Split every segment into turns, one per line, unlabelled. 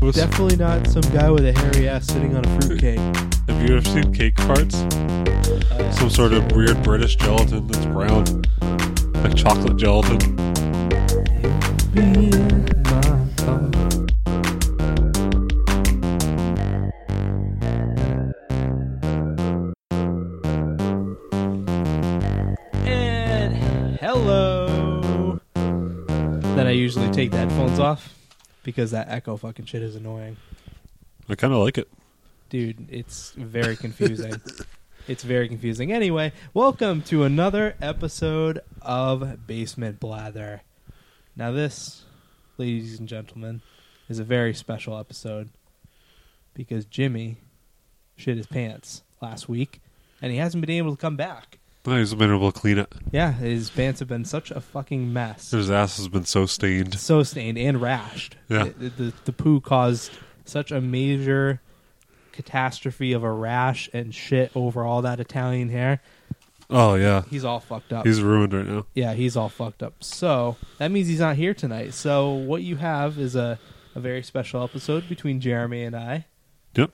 Was-
Definitely not some guy with a hairy ass sitting on a fruitcake.
Have you ever seen cake farts? Some sort of weird British gelatin that's brown, like chocolate gelatin.
And hello. Then I usually take the headphones off because that echo fucking shit is annoying.
I kind of like it.
Dude, it's very confusing. it's very confusing. Anyway, welcome to another episode of Basement Blather. Now, this, ladies and gentlemen, is a very special episode because Jimmy shit his pants last week and he hasn't been able to come back.
He's been able to clean it.
Yeah, his pants have been such a fucking mess.
His ass has been so stained.
so stained and rashed.
Yeah.
The, the, the poo caused such a major catastrophe of a rash and shit over all that Italian hair.
Oh yeah,
He's all fucked up.
he's ruined right now.
yeah, he's all fucked up. So that means he's not here tonight. So what you have is a, a very special episode between Jeremy and I.
Yep.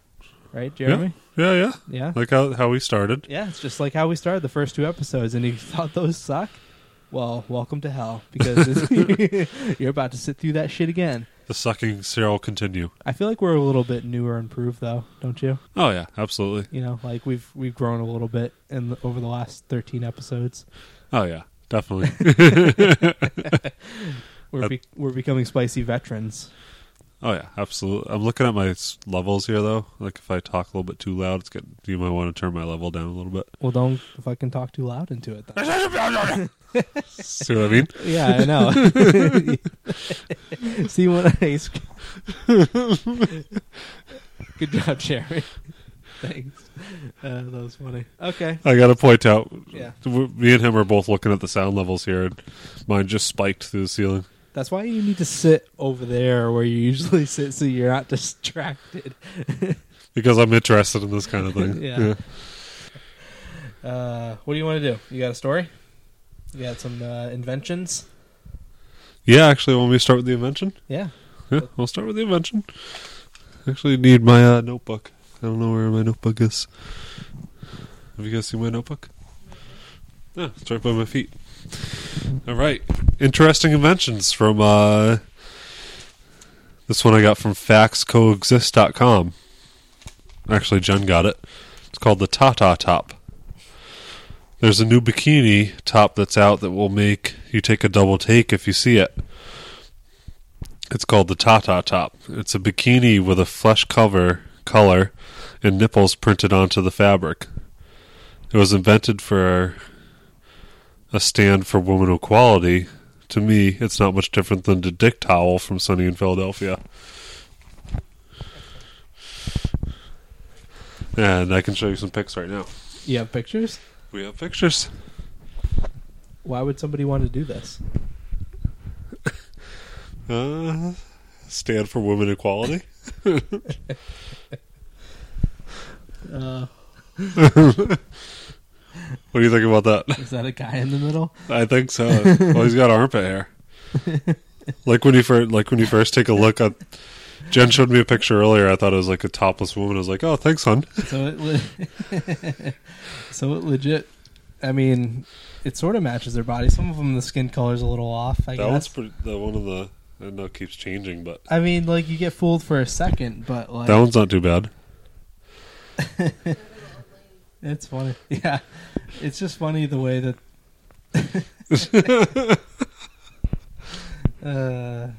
Right, Jeremy?
Yeah, yeah.
Yeah.
Like how how we started.
Yeah, it's just like how we started the first two episodes. And if you thought those suck, well, welcome to hell because it's- you're about to sit through that shit again.
The sucking shall continue.
I feel like we're a little bit newer and proof, though, don't you?
Oh yeah, absolutely.
You know, like we've we've grown a little bit in the, over the last thirteen episodes.
Oh yeah, definitely.
We're
Uh,
be, we're becoming spicy veterans.
oh yeah, absolutely. I'm looking at my s- levels here though. Like if I talk a little bit too loud, it's getting. You might want to turn my level down a little bit.
Well, don't fucking talk too loud into it. Then.
See what I mean?
yeah, I know. See what I. Good job, Jeremy. Thanks. Uh, that was funny. Okay.
I gotta point out,
Yeah.
w- me and him are both looking at the sound levels here, and mine just spiked through the ceiling.
That's why you need to sit over there where you usually sit so you're not distracted.
because I'm interested in this kind of thing.
Yeah. Uh, what do you want to do? You got a story? You got some uh, inventions?
Yeah, actually, when we start with the invention,
Yeah.
yeah, we'll start with the invention. Actually, need my uh, notebook. I don't know where my notebook is. Have you guys seen my notebook? Yeah, it's right by my feet. All right, interesting inventions from uh, this one I got from FaxCoexist.com. Actually, Jen got it. It's called the Tata Top. There's a new bikini top that's out that will make you take a double take if you see it. It's called the Tata Top. It's a bikini with a flesh cover color and nipples printed onto the fabric. It was invented for a stand for women equality. To me, it's not much different than the dick towel from Sunny in Philadelphia. And I can show you some pics right now.
You have pictures?
We have pictures.
Why would somebody want to do this?
Uh, stand for women equality.
Uh,
What do you think about that?
is that a guy in the middle?
I think so. well, he's got armpit hair. Like when you first, like when you first take a look at. Jen showed me a picture earlier. I thought it was like a topless woman. I was like, "Oh, thanks, hon."
So it, le- so it legit. I mean, it sort of matches their body. Some of them, the skin color's a little off. I
That one's
guess.
pretty. The one of the I know it keeps changing, but
I mean, like you get fooled for a second, but like
that one's not too bad.
it's funny. Yeah, it's just funny the way that. uh,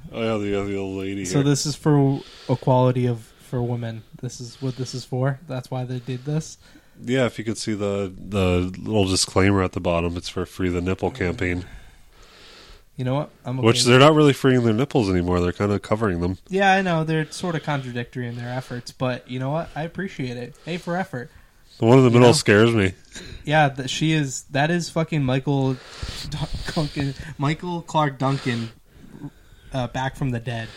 Oh yeah, the, the old lady.
So
here.
this is for equality of for women. This is what this is for. That's why they did this.
yeah, if you could see the the little disclaimer at the bottom, it's for free the nipple campaign,
You know what? I'm
which
with-
they're not really freeing their nipples anymore. They're kind of covering them.
yeah, I know they're sort of contradictory in their efforts, but you know what? I appreciate it. Hey for effort.
The one in the
You
middle
know?
scares me.
Yeah, that she is. That is fucking Michael Dun- Duncan, Michael Clark Duncan, uh, back from the dead.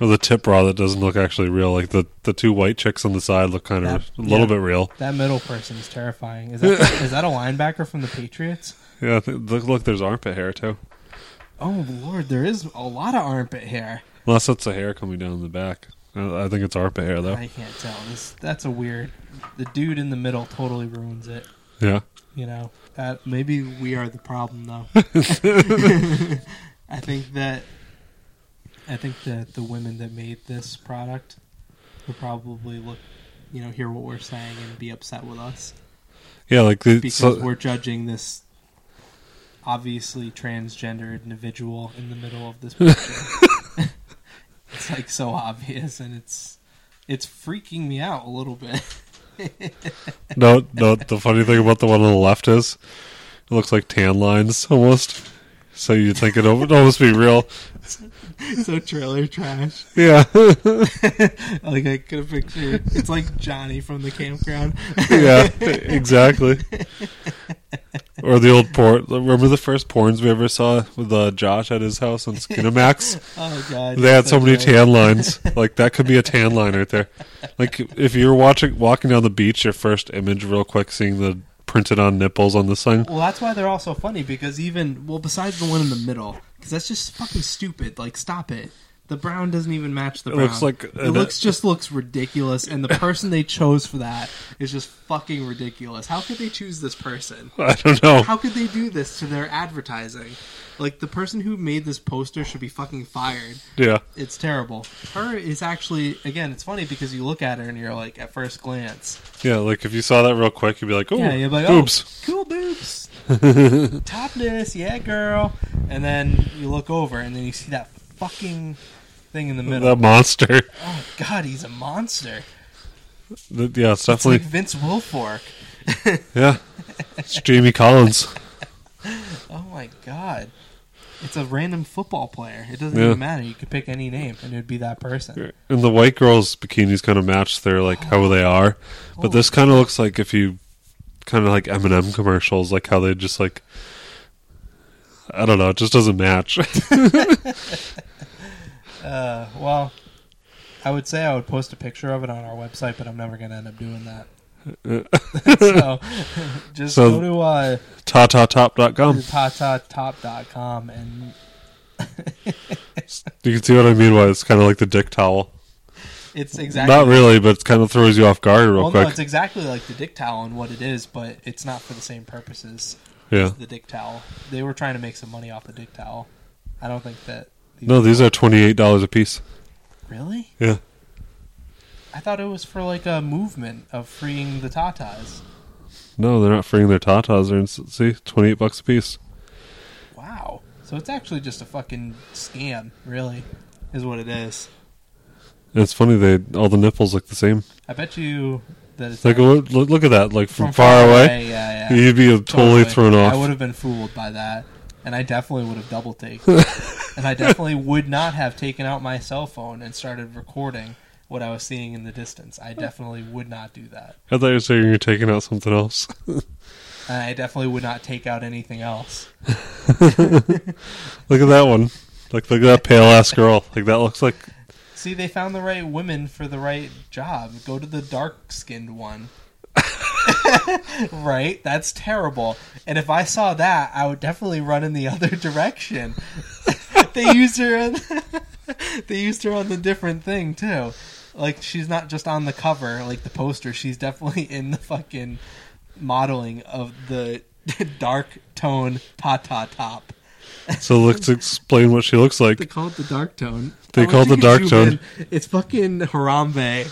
Or the tip bra that doesn't look actually real. Like the the two white chicks on the side look kind of
That-
a little
yeah.
bit real.
That middle person is terrifying. Is that is that a linebacker from the Patriots?
Yeah, th- look, look, there's armpit hair too.
Oh lord, there is a lot of armpit hair.
Unless that's the hair coming down the back. I I think it's armpit hair though.
I can't tell. This that's a weird. The dude in the middle totally ruins it.
Yeah.
You know that maybe we are the problem though. I think that I think that the women that made this product will probably look, you know, hear what we're saying and be upset with us
Yeah, like the,
because
so,
we're judging this obviously transgendered individual in the middle of this picture. it's like so obvious, and it's it's freaking me out a little bit.
no, no. The funny thing about the one on the left is it looks like tan lines almost. So you think it would almost be real?
so trailer trash.
Yeah,
Like I could have pictured. It's like Johnny from the campground.
yeah, exactly. Or the old porn. Remember the first porns we ever saw with uh, Josh at his house on Skinamax?
Oh god,
They had
that's
so many
right.
tan lines. Like that could be a tan line right there. Like if you're watching walking down the beach, your first image, real quick, seeing the printed on nipples on the sign.
Well, that's why they're all so funny because even well, besides the one in the middle, because that's just fucking stupid. Like, stop it. The brown doesn't even match the
It
brown.
looks like
it
an- e-
looks just looks ridiculous, and the person they chose for that is just fucking ridiculous. How could they choose this person?
I don't know.
How could they do this to their advertising? Like the person who made this poster should be fucking fired.
Yeah,
It's terrible. Her is actually again. It's funny because you look at her and you're like at first glance,
yeah. Like if you saw that real quick, you'd be like, "Oh,
yeah, you're like,
boobs."
oh, cool boobs, topless, yeah, girl. And then you look over, and then you see that fucking thing in the middle.
That monster.
Oh God, he's a monster.
Th- Yeah, it's
It's like
definitely
Vince Wilfork.
yeah. It's Jamie Collins.
Oh my God, it's a random football player. It doesn't
Yeah.
even matter. You could pick any name, and it'd be that person.
And the white girls' bikinis kind of match their like how they are, but this kind of looks like if you kind of like Eminem commercials, like how they just like I don't know, it just doesn't match.
Uh, well, I would say I would post a picture of it on our website, but I'm never going to end up doing that. so just
So-
go to uh,
Tatatop.com.
tatatop.com and
You can see what I mean by it's kind of like the dick towel.
it's exactly
Not really, but it kind of throws you off guard real
well, no,
quick.
it's exactly like the dick towel and what it is, but it's not for the same purposes.
yeah.
The dick towel. They were trying to make some money off the dick towel. I don't think that. These
No, these are twenty eight dollars a piece.
really.
Yeah.
I thought it was for like a movement of freeing the tatas.
No, they're not freeing their tatas. They're in, see twenty eight bucks a piece.
Wow. So it's actually just a fucking scam, really, is what it is.
And it's funny they all the nipples look the same.
I bet you that it's
Like
not-
look, look at that, like from, far, away.
Yeah, yeah.
You'd be totally, thrown off.
I would have been fooled by that, and I definitely would have double taken. and I definitely would not have taken out my cell phone and started recording what I was seeing in the distance. I definitely would not do that.
I thought you were saying you're taking out something else.
And I definitely would not take out anything else.
Look at that one. Like look at that pale ass girl. Like that looks like
See, they found the right women for the right job. Go to the dark skinned one. right? That's terrible. And if I saw that, I would definitely run in the other direction. they used her on they used her on the different thing too. Like she's not just on the cover, like the poster, she's definitely in the fucking modeling of the dark tone tata top.
so. Let's explain what she looks
They
like.
call it the dark tone.
They
How much
call it the
you can
dark
zoom
tone.
in? It's fucking Harambe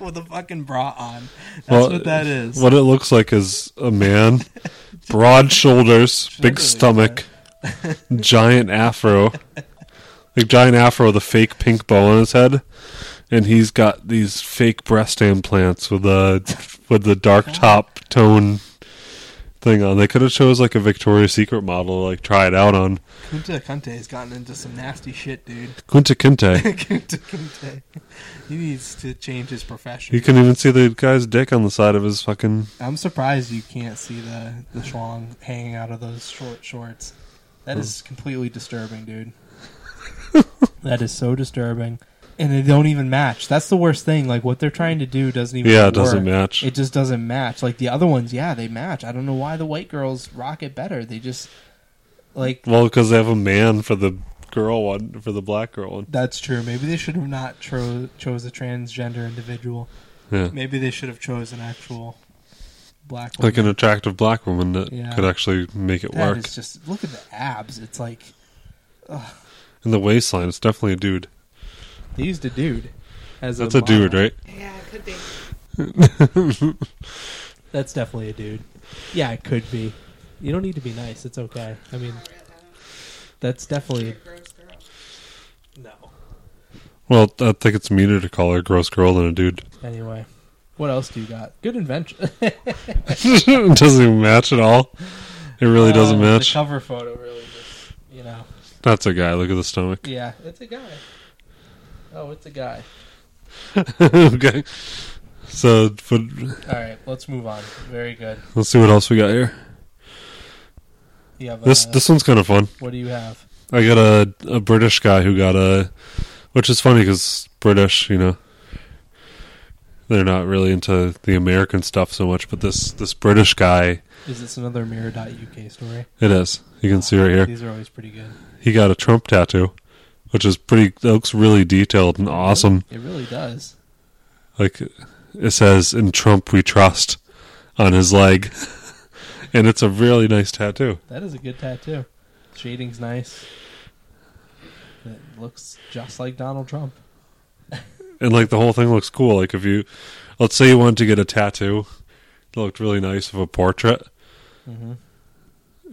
with a fucking bra on. That's
Well, uh,
what that is.
What it looks like is a man, broad shoulders, big
Shoulders,
stomach, giant afro, like giant afro with a fake pink bow on his head, and he's got these fake breast implants with the with the dark top tone thing on. They could have chose like a Victoria's Secret model, to, like try it out on.
Kunta Kinte has gotten into some nasty shit, dude.
Kunta Kinte.
Kunta Kinte. He needs to change his profession.
You can even see the guy's dick on the side of his fucking.
I'm surprised you can't see the, the schlong hanging out of those short shorts. That is completely disturbing, dude. that is so disturbing. And they don't even match. That's the worst thing. Like what they're trying to do doesn't even
Yeah, it doesn't
work.
match.
It just doesn't match. Like the other ones, yeah, they match. I don't know why the white girls rock it better. They just like
Well, because they have a man for the girl one for the black girl one.
That's true. Maybe they should have not cho- chose a transgender individual.
Yeah,
Maybe they should have chose an actual black woman.
like an attractive black woman that
Yeah.
could actually make it
That
work.
is just look at the abs. It's like
And the waistline, it's definitely a dude.
they used a dude as
That's a dude,
model.
right?
Yeah, it could be.
That's definitely a dude. Yeah, it could be. You don't need to be nice. It's okay. I mean, that's definitely
Gross girl.
no.
Well, I think it's meaner to call her a gross girl than a dude.
Anyway, what else do you got? Good invention.
it doesn't even match at all. It really doesn't
Uh,
match.
The cover photo really just, you know.
That's a guy. Look at the stomach.
Yeah, it's a guy. Oh, it's a guy.
okay. So, but
All right, let's move on. Very good.
let's see what else we got here.
You have
This
uh,
this one's kind of fun.
What do you have?
I got a a British guy who got a, which is funny because British, you know, they're not really into the American stuff so much. But this this British guy,
Is this another mirror.uk story?
it is. You can see right here.
These are always pretty good.
He got a Trump tattoo, which is pretty. That looks really detailed and awesome.
It really does.
Like it says, "In Trump we trust," on his leg, and it's a really nice tattoo.
That is a good tattoo. Shading's nice. It looks just like Donald Trump.
and like the whole thing looks cool. Like if you, let's say you wanted to get a tattoo, that looked really nice of a portrait,
Mm-hmm.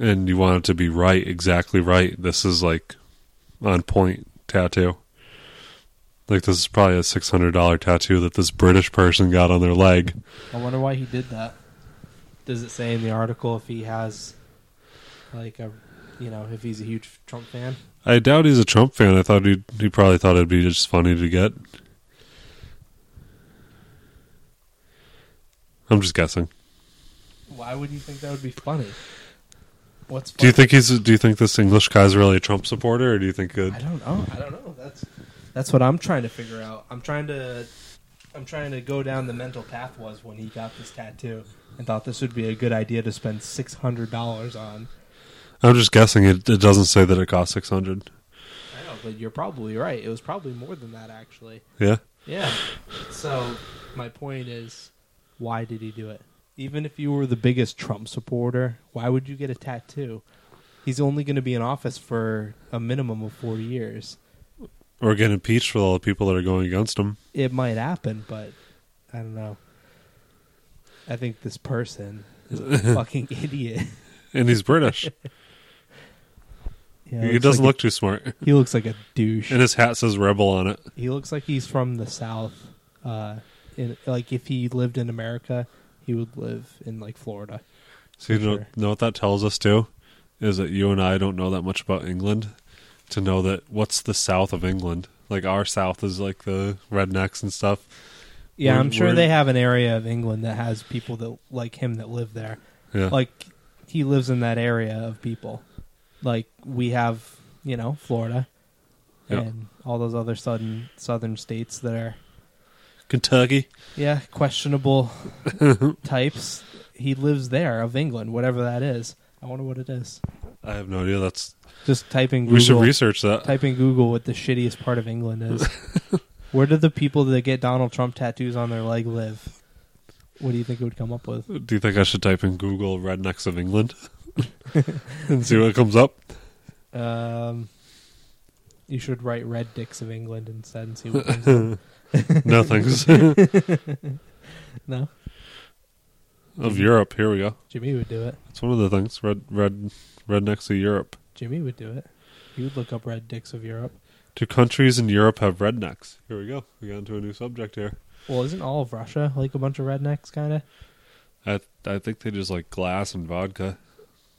and you want it to be right, exactly right. This is like on point tattoo. Like this is probably a six hundred dollar tattoo that this British person got on their leg.
I wonder why he did that. Does it say in the article if he has, like a, you know, if he's a huge Trump fan?
I doubt he's a Trump fan. I thought he he probably thought it'd be just funny to get. I'm just guessing.
Why would you think that would be funny? What's funny?
Do you think he's? Do you think this English guy's really a Trump supporter, or do you think? uh
I don't know. I don't know. That's that's what I'm trying to figure out. I'm trying to I'm trying to go down the mental path was when he got this tattoo and thought this would be a good idea to spend six hundred dollars on.
I'm just guessing. It, it doesn't say that it cost six hundred.
I know, but you're probably right. It was probably more than that actually.
Yeah,
Yeah. So my point is, why did he do it? Even if you were the biggest Trump supporter, why would you get a tattoo? He's only going to be in office for a minimum of four years.
or get impeached with all the people that are going against him.
it might happen, but I don't know. I think this person is a fucking idiot.
And he's British.
Yeah,
he
looks
doesn't
like
look too smart.
A, he looks like a douche.
And his hat says "rebel" on it.
he looks like he's from the south. Uh, in, like if he lived in America, he would live in like Florida.
So you
For
know,
sure.
know what that tells us too is that you and I don't know that much about England to know that what's the south of England. Like our south is like the rednecks and stuff.
Yeah,
Where-
I'm sure
where-
they have an area of England that has people that like him that live there.
Yeah,
Like he lives in that area of people. Like we have, you know, Florida
Yeah.
and all those other southern southern states that are
Kentucky.
yeah, questionable types. He lives there of England, whatever that is. I wonder what it is.
I have no idea. That's
Just typing Google.
we should research that.
Type in Google what the shittiest part of England is. Where do the people that get Donald Trump tattoos on their leg live? What do you think it would come up with?
Do you think I should type in Google "rednecks of England" and see what comes up?
Um, you should write Red Dicks of England instead and see what comes up.
No thanks.
No?
of Europe. Here we go.
Jimmy would do it.
It's one of the things. Red, red, rednecks of Europe.
Jimmy would do it. He would look up Red Dicks of Europe.
Do countries in Europe have rednecks? Here we go. We got into a new subject here.
Well, isn't all of Russia like a bunch of rednecks, kind of?
I, I think they just like glass and vodka.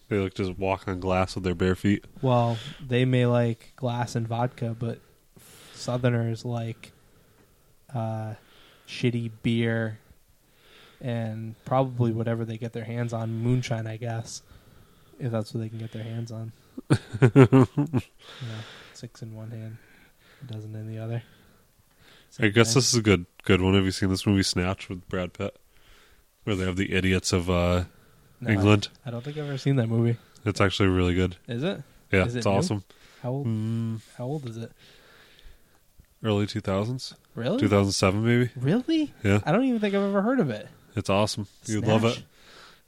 They like just walk on glass with their bare feet.
Well, they may like glass and vodka, but Southerners like uh, shitty beer and probably whatever they get their hands on, moonshine, I guess, if that's what they can get their hands on. yeah, six in one hand, a dozen in the other.
I guess this is a good good one. Have you seen this movie Snatch with Brad Pitt, where they have the idiots of uh,
No,
England?
I don't think I've ever seen that movie.
It's actually really good.
Is it?
Yeah,
Is it
it's
new?
awesome.
How old?
Mm,
How old is it?
early 2000s.
Really?
2007, maybe.
Really?
Yeah.
I don't even think I've ever heard of it.
It's awesome. You'd
Snatch?
love it.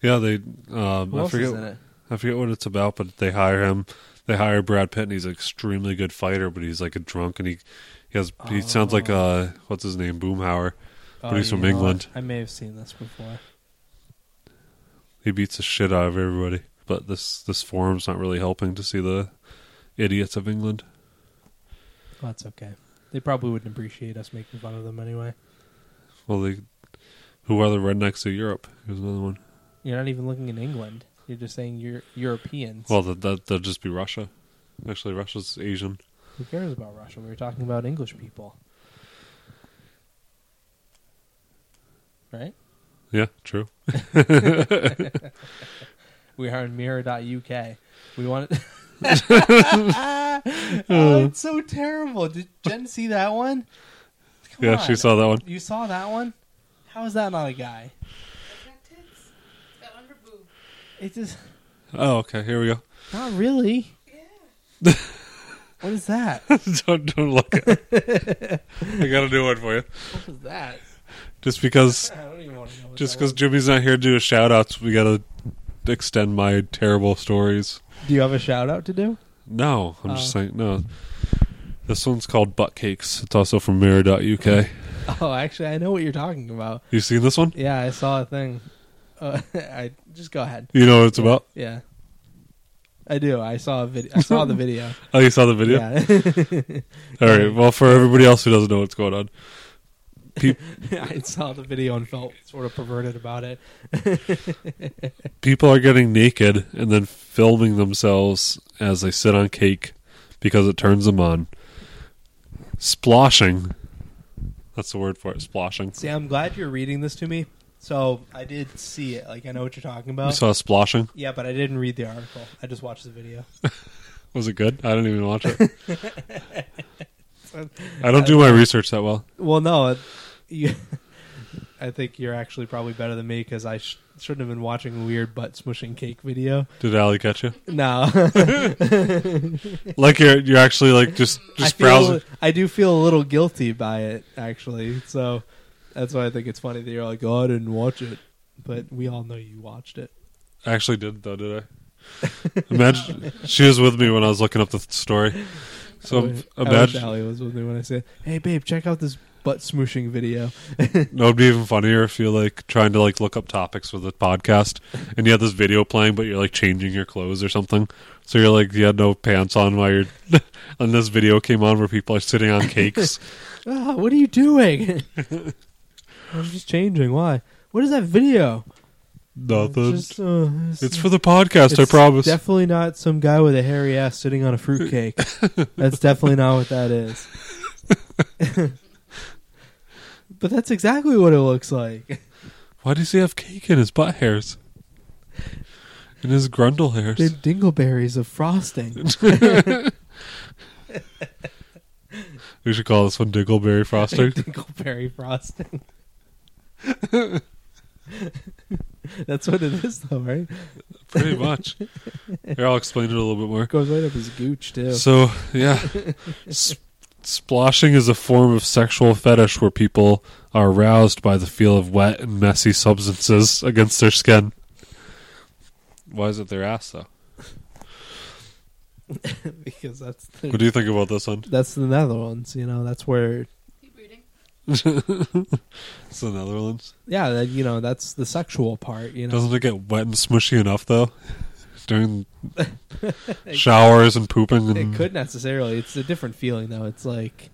Yeah, they. Um,
Who
I
else
forget.
is in it?
I forget what it's about, but they hire him. They hire Brad Pitt, and he's an extremely good fighter, but he's like a drunk, and he he has he sounds like uh what's his name Boomhauer. But he's
you
from
know what?
England.
I may have seen this before.
He beats the shit out of everybody. But this this forum's not really helping to see the idiots of England.
Well, that's okay. They probably wouldn't appreciate us making fun of them anyway.
Well, they who are the rednecks of Europe? Here's another one.
You're not even looking in England. You're just saying you're Europeans.
Well, that that that'd just be Russia. Actually, Russia's Asian.
Who cares about Russia? We were talking about English people. Right?
Yeah, true.
We are in mirror.uk. We want it. oh, it's so terrible. Did Jen see that one? Come
yeah, she
on.
saw that one.
You saw that one? How is that not a guy?
Is that tits? That under boob.
It just
Oh, okay. Here we go.
not really.
Yeah.
What is that?
don't don't look. At it. I got a new one for you.
what was that?
Just because
I don't even want to know. What
Just
that
because Jimmy's not here to do a shout outs, we gotta extend my terrible stories.
was. do you have a shout out to do?
No, I'm just
Oh.
saying, no. This one's called Butt Cakes. It's also from Mirror.uk.
Oh, actually, I know what you're talking about.
You seen this one?
Yeah, I saw a thing. Uh, I just go ahead.
You know what it's about?
Yeah, I do. I saw a video. I saw the video.
Oh, you saw the video?
Yeah,
All right. Well, for everybody else who doesn't know what's going on,
I saw the video and felt sort of perverted about it.
people are getting naked and then filming themselves as they sit on cake because it turns them on. Sploshing. That's the word for it. Sploshing.
See, I'm glad you're reading this to me. So I did see it. Like I know what you're talking
You
about.
saw sploshing.
yeah, but I didn't read the article. I just watched the video.
Was it good? I didn't even watch it. I don't do my research that well.
Well, no, it- you, I think you're actually probably better than me because I sh- shouldn't have been watching a weird butt smushing cake video.
Did Allie catch you?
No,
Like you're you're actually like just
I
just
feel-
browsing.
I do feel a little guilty by it actually, so that's why I think it's funny that you're like, "Oh, I didn't watch it," but we all know you watched it.
I actually did though, did I? Imagine she was with me when I was looking up the story. So
Oh, I
I'm-
wish- I wish
imagine
Allie was with me when I said, "Hey, babe, check out this butt smushing video."
no, it'd be even funnier if you're like trying to like look up topics for the podcast and you had this video playing, but you're like changing your clothes or something. So you're like you had no pants on while you're, and this video came on where people are sitting on cakes.
Ah, what are you doing? I'm just changing. Why? What is that video?
Nothing.
It's, just, uh, it's-
it's for the podcast, I
It's
promise.
Definitely not some guy with a hairy ass sitting on a fruitcake. that's definitely not what that is. but that's exactly what it looks like.
Why does he have cake in his butt hairs? In his grundle hairs.
They're dingleberries of frosting.
We should call this one Diggleberry Frosting.
Dingleberry frosting. that's what it is, though, right?
Pretty much. Here, I'll explain it a little bit more.
Goes right up his gooch too.
So, yeah. S- splashing is a form of sexual fetish where people are aroused by the feel of wet and messy substances against their skin. Why is it their ass, though?
because that's
What
the,
do you think about this one?
that's the Netherlands. You know, that's where.
Keep reading.
It's the Netherlands.
Yeah, that, you know, that's the sexual part. You know,
Doesn't it get wet and smushy enough, though? During showers and pooping and
It could necessarily. It's a different feeling though. It's like,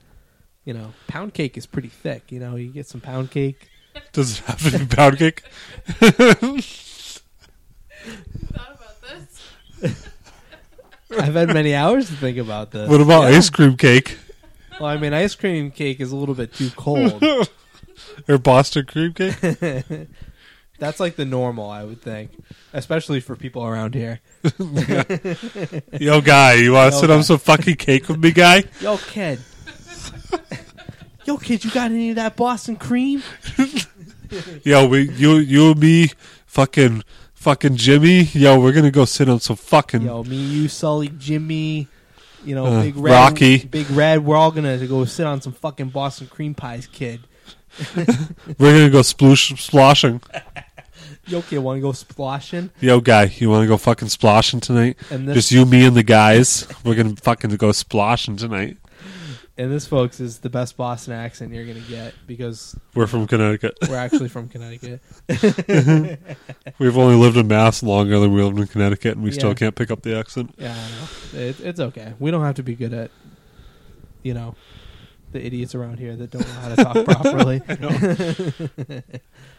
you know, pound cake is pretty thick. You know, you get some pound cake.
Does it have to be pound cake?
You thought about this?
I've had many hours to think about this.
What about
Yeah.
ice cream cake
Well, I mean, ice cream cake is a little bit too cold.
or Boston cream cake?
That's like the normal, I would think, especially for people around here.
Yo, guy, you want to
Yo,
sit
guy.
on some fucking cake with me, guy?
Yo, kid. Yo, kid, you got any of that Boston cream?
Yo, we, you, you, and me, fucking, fucking Jimmy. Yo, we're gonna go sit on some fucking.
Yo, me, you, Sully, Jimmy. you know,
Uh,
big red,
Rocky.
big red. We're all gonna go sit on some fucking Boston cream pies, kid.
We're gonna go sploosh, sploshing.
Yo, kid, want to go splashing?
Yo, guy, you want to go fucking sploshing tonight?
And
Just you, me, and the guys. We're gonna fucking go sploshing tonight.
And this, folks, is the best Boston accent you're gonna get because
We're from Connecticut.
we're actually from Connecticut.
We've only lived in Mass longer than we lived in Connecticut, and we
Yeah.
still can't pick up the accent.
Yeah, I know. It, it's okay. We don't have to be good at, you know, the idiots around here that don't know how to talk properly.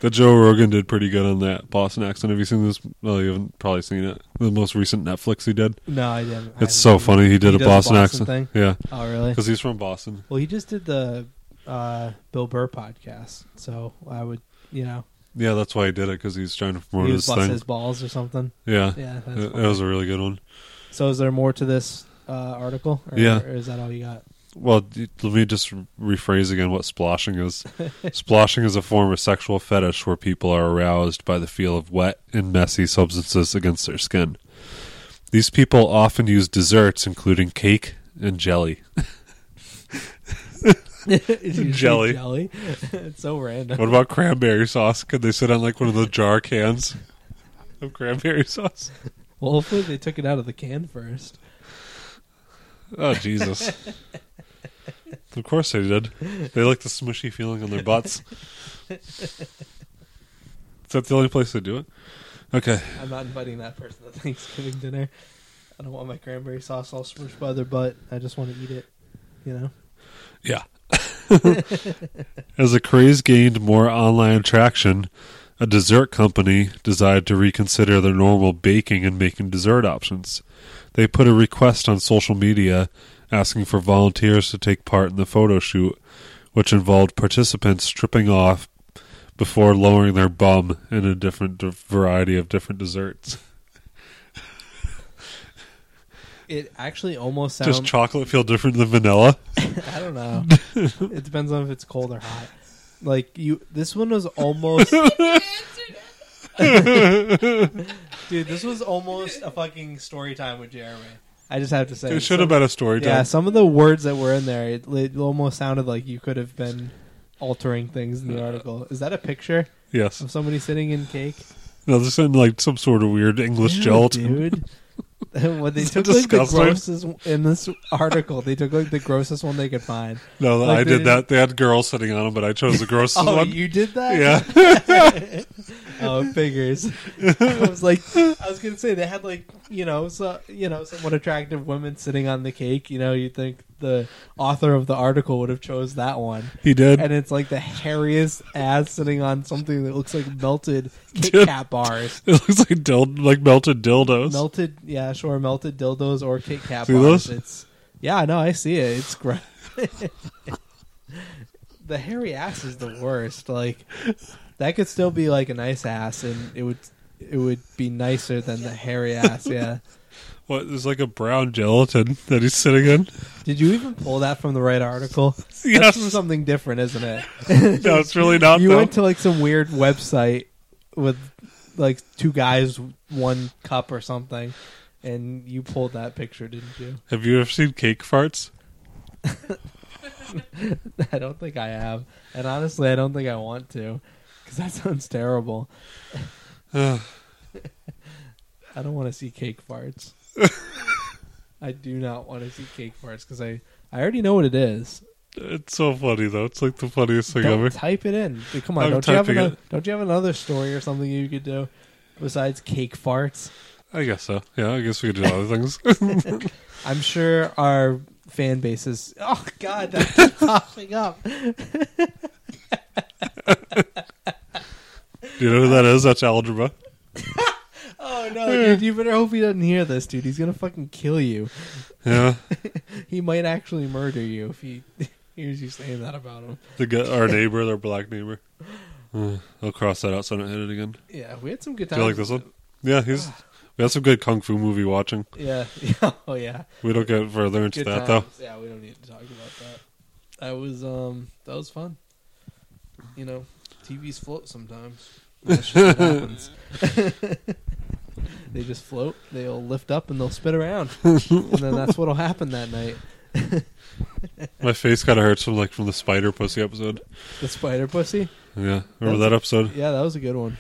But Joe Rogan did pretty good on that Boston accent. Have you seen this? Well, you haven't probably seen it. The most recent Netflix he did.
No, I didn't. I
It's so
haven't seen
funny. He did
He
a
does a
Boston,
Boston
accent.
thing?
Yeah,
it. Oh, really?
because he's from Boston.
Well, he just did the uh, Bill Burr podcast, so I would, you know,
Yeah, that's why he did it because he's trying to promote
he would
his
bust
thing. Uh,
his balls or something.
yeah,
Yeah, that's
it, it
funny.
was a really good one.
So, is there more to this uh, article? Or,
Yeah.
Or is that all you got?
Well, d- let me just rephrase again what splashing is. splashing is a form of sexual fetish where people are aroused by the feel of wet and messy substances against their skin. These people often use desserts, including cake and jelly.
Did you say
Jelly.
Jelly. it's so random.
What about cranberry sauce? Could they sit on like one of the jar cans of cranberry sauce?
Well, hopefully they took it out of the can first.
Oh, Jesus. of course they did. They like the smushy feeling on their butts. Is that the only place they do it? Okay.
I'm not inviting that person to Thanksgiving dinner. I don't want my cranberry sauce all smushed by their butt. I just want to eat it. You know?
Yeah. As the craze gained more online traction, a dessert company decided to reconsider their normal baking and making dessert options. They put a request on social media asking for volunteers to take part in the photo shoot, which involved participants stripping off before lowering their bum in a different d- variety of different desserts.
It actually almost
Does
sounds.
chocolate feel different than vanilla?
I don't know. it depends on if it's cold or hot. Like you, this one was almost,
Answered it.
dude. This was almost a fucking story time with Jeremy. I just have to say,
It should have been a story
Some, yeah,
time.
some of the words that were in there, it, it almost sounded like you could have been altering things in the article. Is that a picture
Yes.
of somebody sitting in cake?
No, this is in like some sort of weird English
Yeah,
gelatin.
dude. what they
Is
took
that
like the
disgusting?
grossest in this article. They took like the grossest one they could find.
No,
Like
I
they
did
didn't-
that. They had girls sitting on them, but I chose the grossest
Oh,
one.
you did that?
yeah,
Oh, figures. I was like, I was gonna say they had like you know, so you know, somewhat attractive women sitting on the cake. You know, you would think the author of the article would have chose that one,
he did.
and it's like the hairiest ass sitting on something that looks like melted Kit
Dude.
Kat bars.
it looks like dild- like melted dildos.
Melted, yeah, sure, melted dildos or Kit Kat
See
bars.
those?
It's yeah, no, I see it. It's gross. the hairy ass is the worst. Like that could still be like a nice ass, and it would it would be nicer than the hairy ass. Yeah.
what? There's like a brown gelatin that he's sitting in.
Did you even pull that from the right article? That's
Yes.
from something different, isn't it?
no, it's really not.
you
though.
went to like some weird website with like two guys, one cup or something, and you pulled that picture, didn't you?
Have you ever seen cake farts?
I don't think I have, and honestly, I don't think I want to, because that sounds terrible.
Ugh.
I don't want to see cake farts. I do not want to see cake farts because I I already know what it is.
It's so funny though. It's like the funniest thing
don't
ever.
type it in. Dude, Come on,
I'm
don't you have
typing
another, don't you have another story or something you could do besides cake farts?
I guess so. Yeah, I guess we could do other things.
I'm sure our fan base is. Oh God, that keeps popping up.
do you know who that is? That's algebra.
Oh
Hmm.
no, dude! You better hope he doesn't hear this, dude. He's gonna fucking kill you.
Yeah,
He might actually murder you if he hears you saying that about him.
the gu- our neighbor, their black neighbor. Ugh. I'll cross that out so I don't hit it again.
Yeah, we had some good
Do
times.
you like this one? Yeah, he's. We had some good kung fu movie watching.
Yeah. oh yeah.
We don't get further into
Good
that though.
times. Yeah, we don't need to talk about that. That was um that was fun. You know, TVs float sometimes. That's just what happens. They just float. They'll lift up and they'll spit around, and then that's what'll happen that night.
My face kind of hurts from like from the spider pussy episode.
The spider pussy.
Yeah, remember
That's-
that episode?
Yeah, that was a good one.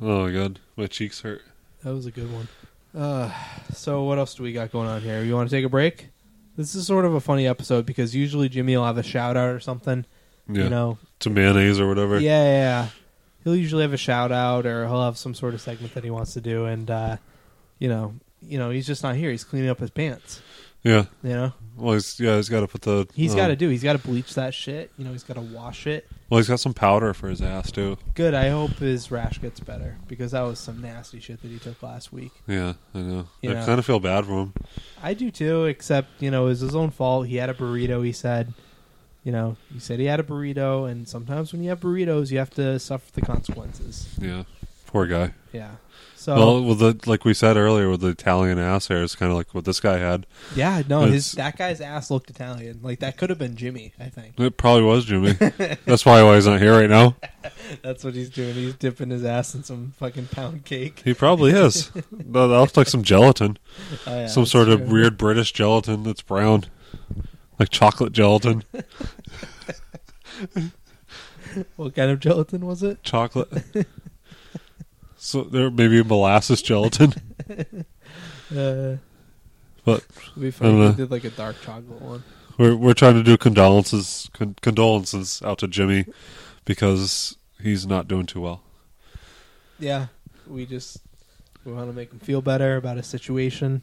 Oh my god, my cheeks hurt.
That was a good one. Uh, so what else do we got going on here? You want to take a break? This is sort of a funny episode because usually Jimmy will have a shout out or something.
Yeah,
You know,
to mayonnaise or whatever.
yeah, yeah, yeah. He'll usually have a shout out or he'll have some sort of segment that he wants to do, and uh, you know, you know, he's just not here. He's cleaning up his pants.
Yeah.
You know,
Well, he's yeah, he's got to put the.
he's
He's
got to do. He's got to bleach that shit. You know, he's got to wash it.
Well, he's got some powder for his ass too.
Good. I hope his rash gets better because that was some nasty shit that he took last week.
Yeah, I know.
You
I
know.
kind of feel bad for him.
I do too, except, you know, it was his own fault. He had a burrito, he said. You know, he said he had a burrito, and sometimes when you have burritos, you have to suffer the consequences.
Yeah, poor guy.
Yeah. So,
Well, with the like we said earlier, with the Italian ass hair, it's kind of like what this guy had.
yeah, no,
it's-
his that guy's ass looked Italian. Like, that could have been Jimmy, I think.
It probably was Jimmy. That's probably why he's not here right now.
That's what he's doing. He's dipping his ass in some fucking pound cake.
He probably is. that, that looks like some gelatin,
Oh, yeah,
some
that's
sort
true.
of weird British gelatin that's brown, like chocolate gelatin.
What kind of gelatin was it?
chocolate. so there maybe molasses gelatin,
Uh,
but
it'd be funny
I
if
dunno.
he did like a dark chocolate one.
we're we're trying to do condolences con- condolences out to Jimmy because he's not doing too well.
Yeah. We just, we want to make him feel better about his situation.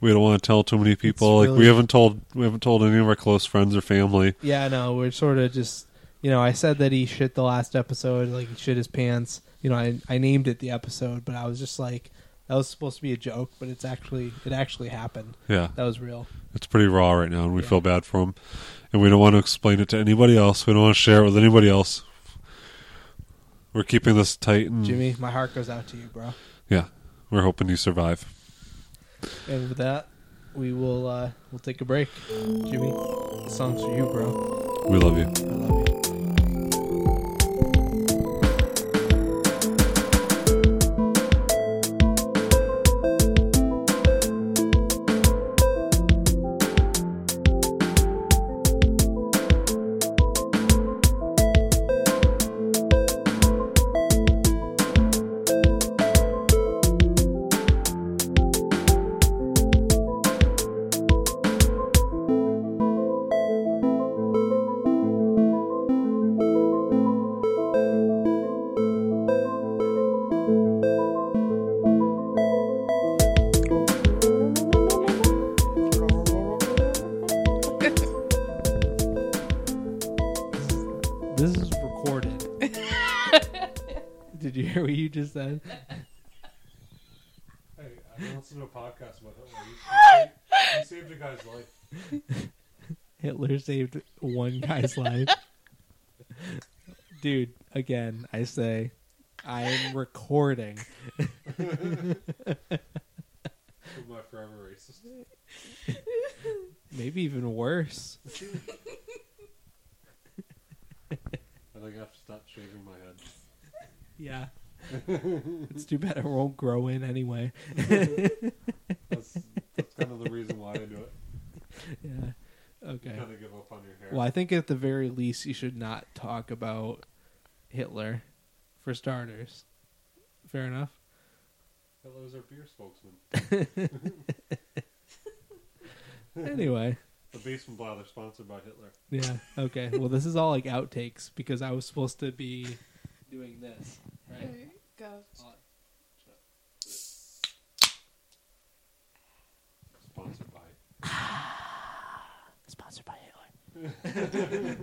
We don't want to tell too many people.
It's
like
really-
we haven't told we haven't told any of our close friends or family.
Yeah, no, we're sort of just, you know, I said that he shit the last episode, like he shit his pants. You know, I I named it the episode, but I was just like, that was supposed to be a joke, but it's actually it actually happened.
Yeah,
That was real.
it's pretty raw right now, and we
Yeah.
feel bad for him. And we don't want to explain it to anybody else. We don't want to share it with anybody else. We're keeping this tight, and
Jimmy, my heart goes out to you, bro.
yeah, we're hoping you survive.
And with that, we will uh we'll take a break. Jimmy, the song's for you, bro.
We love you.
I love you. This is recorded. Did you hear what you just said?
Hey, I can listen to a podcast about Hitler. He saved a guy's life.
Hitler saved one guy's life. Dude, again, I say I am recording.
Am I forever racist?
Maybe even worse.
I think I have to stop shaking my head.
Yeah. it's too bad it won't grow in anyway.
That's, that's kind of the reason why I do it.
Yeah. Okay.
Kind of give up on your hair.
Well, I think at the very least you should not talk about Hitler for starters. Fair enough.
Hitler's our beer spokesman.
Anyway.
The Basement Blather, sponsored by Hitler.
Yeah. Okay. Well, this is all like outtakes because I was supposed to be doing this, right?
Okay, Go.
Sponsored by.
Sponsored by Hitler.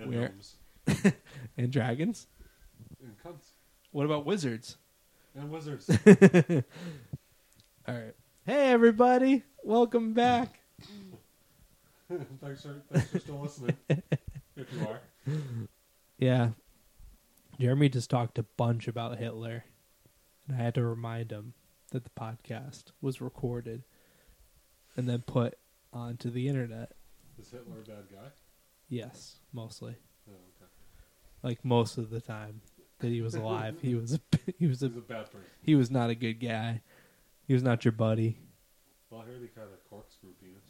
And
Where-
gnomes.
And dragons?
And cunts.
What about wizards?
And wizards.
All right. Hey, everybody. Welcome back.
thanks, for, thanks for still listening. If you are.
Yeah. Jeremy just talked a bunch about Hitler. And I had to remind him that the podcast was recorded and then put onto the internet.
Is Hitler a bad guy?
Yes, mostly.
Oh, okay.
Like most of the time. that he was alive. He was a, he was a,
He's a bad person.
he was not a good guy. He was not your buddy.
Well, I heard he got a corkscrew penis.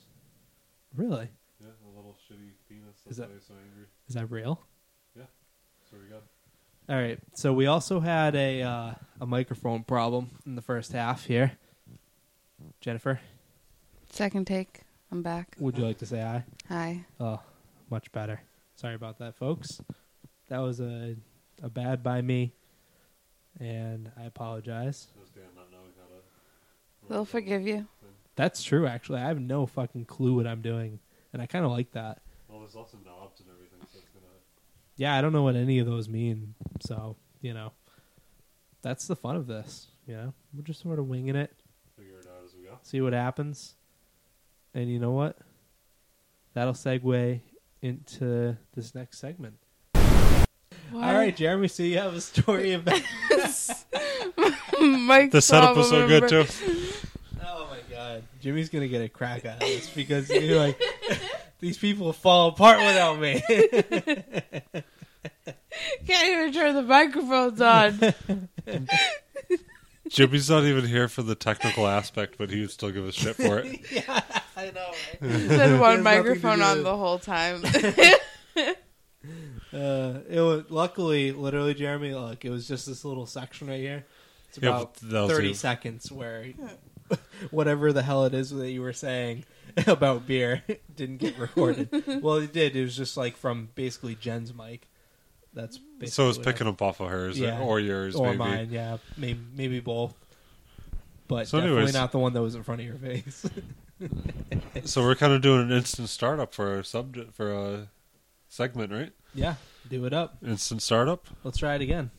Really?
Yeah, a little shitty penis.
Is
That's
that-
why he's so angry.
Is that real?
So we got.
All right. So we also had a uh, a microphone problem in the first half here. Jennifer,
Second take. I'm back.
would you like to say hi?
Hi.
Oh, much better. Sorry about that, folks. That was a a bad by me, and I apologize.
That's Dan not knowing how to.
They'll forgive you.
That's true. Actually, I have no fucking clue what I'm doing, and I kind of like that.
Well, there's lots of knobs and everything, so it's gonna.
Yeah, I don't know what any of those mean. So you know, that's the fun of this. You know, we're just sort of winging it.
figure it out as we go.
see what happens. And you know what? That'll segue into this next segment. All right, Jeremy, so you have a story about.
Mike.
The setup was so good too.
oh my god. Jimmy's going to get a crack out of this because you're like, these people fall apart without me.
Can't even turn the microphones on.
Jimmy's not even here for the technical aspect, but he would still give a shit for it.
yeah, I know. right?
Just had one
There's nothing to
microphone
do
on
with-
the whole time.
Uh, it was, luckily, literally, Jeremy, look, it was just this little section right here. It's
Yeah,
about
but that was
30
you.
seconds where whatever the hell it is that you were saying about beer didn't get recorded. well, it did. It was just like from basically Jen's mic. That's basically
so it's
what
picking up off of hers uh,
Yeah.
or yours,
happened. or
maybe.
mine, yeah, maybe, maybe both. But
So
definitely
anyways-
not the one that was in front of your face.
So we're kind of doing an instant startup for our subject for a segment, right?
yeah, do it up.
Instant startup.
Let's try it again.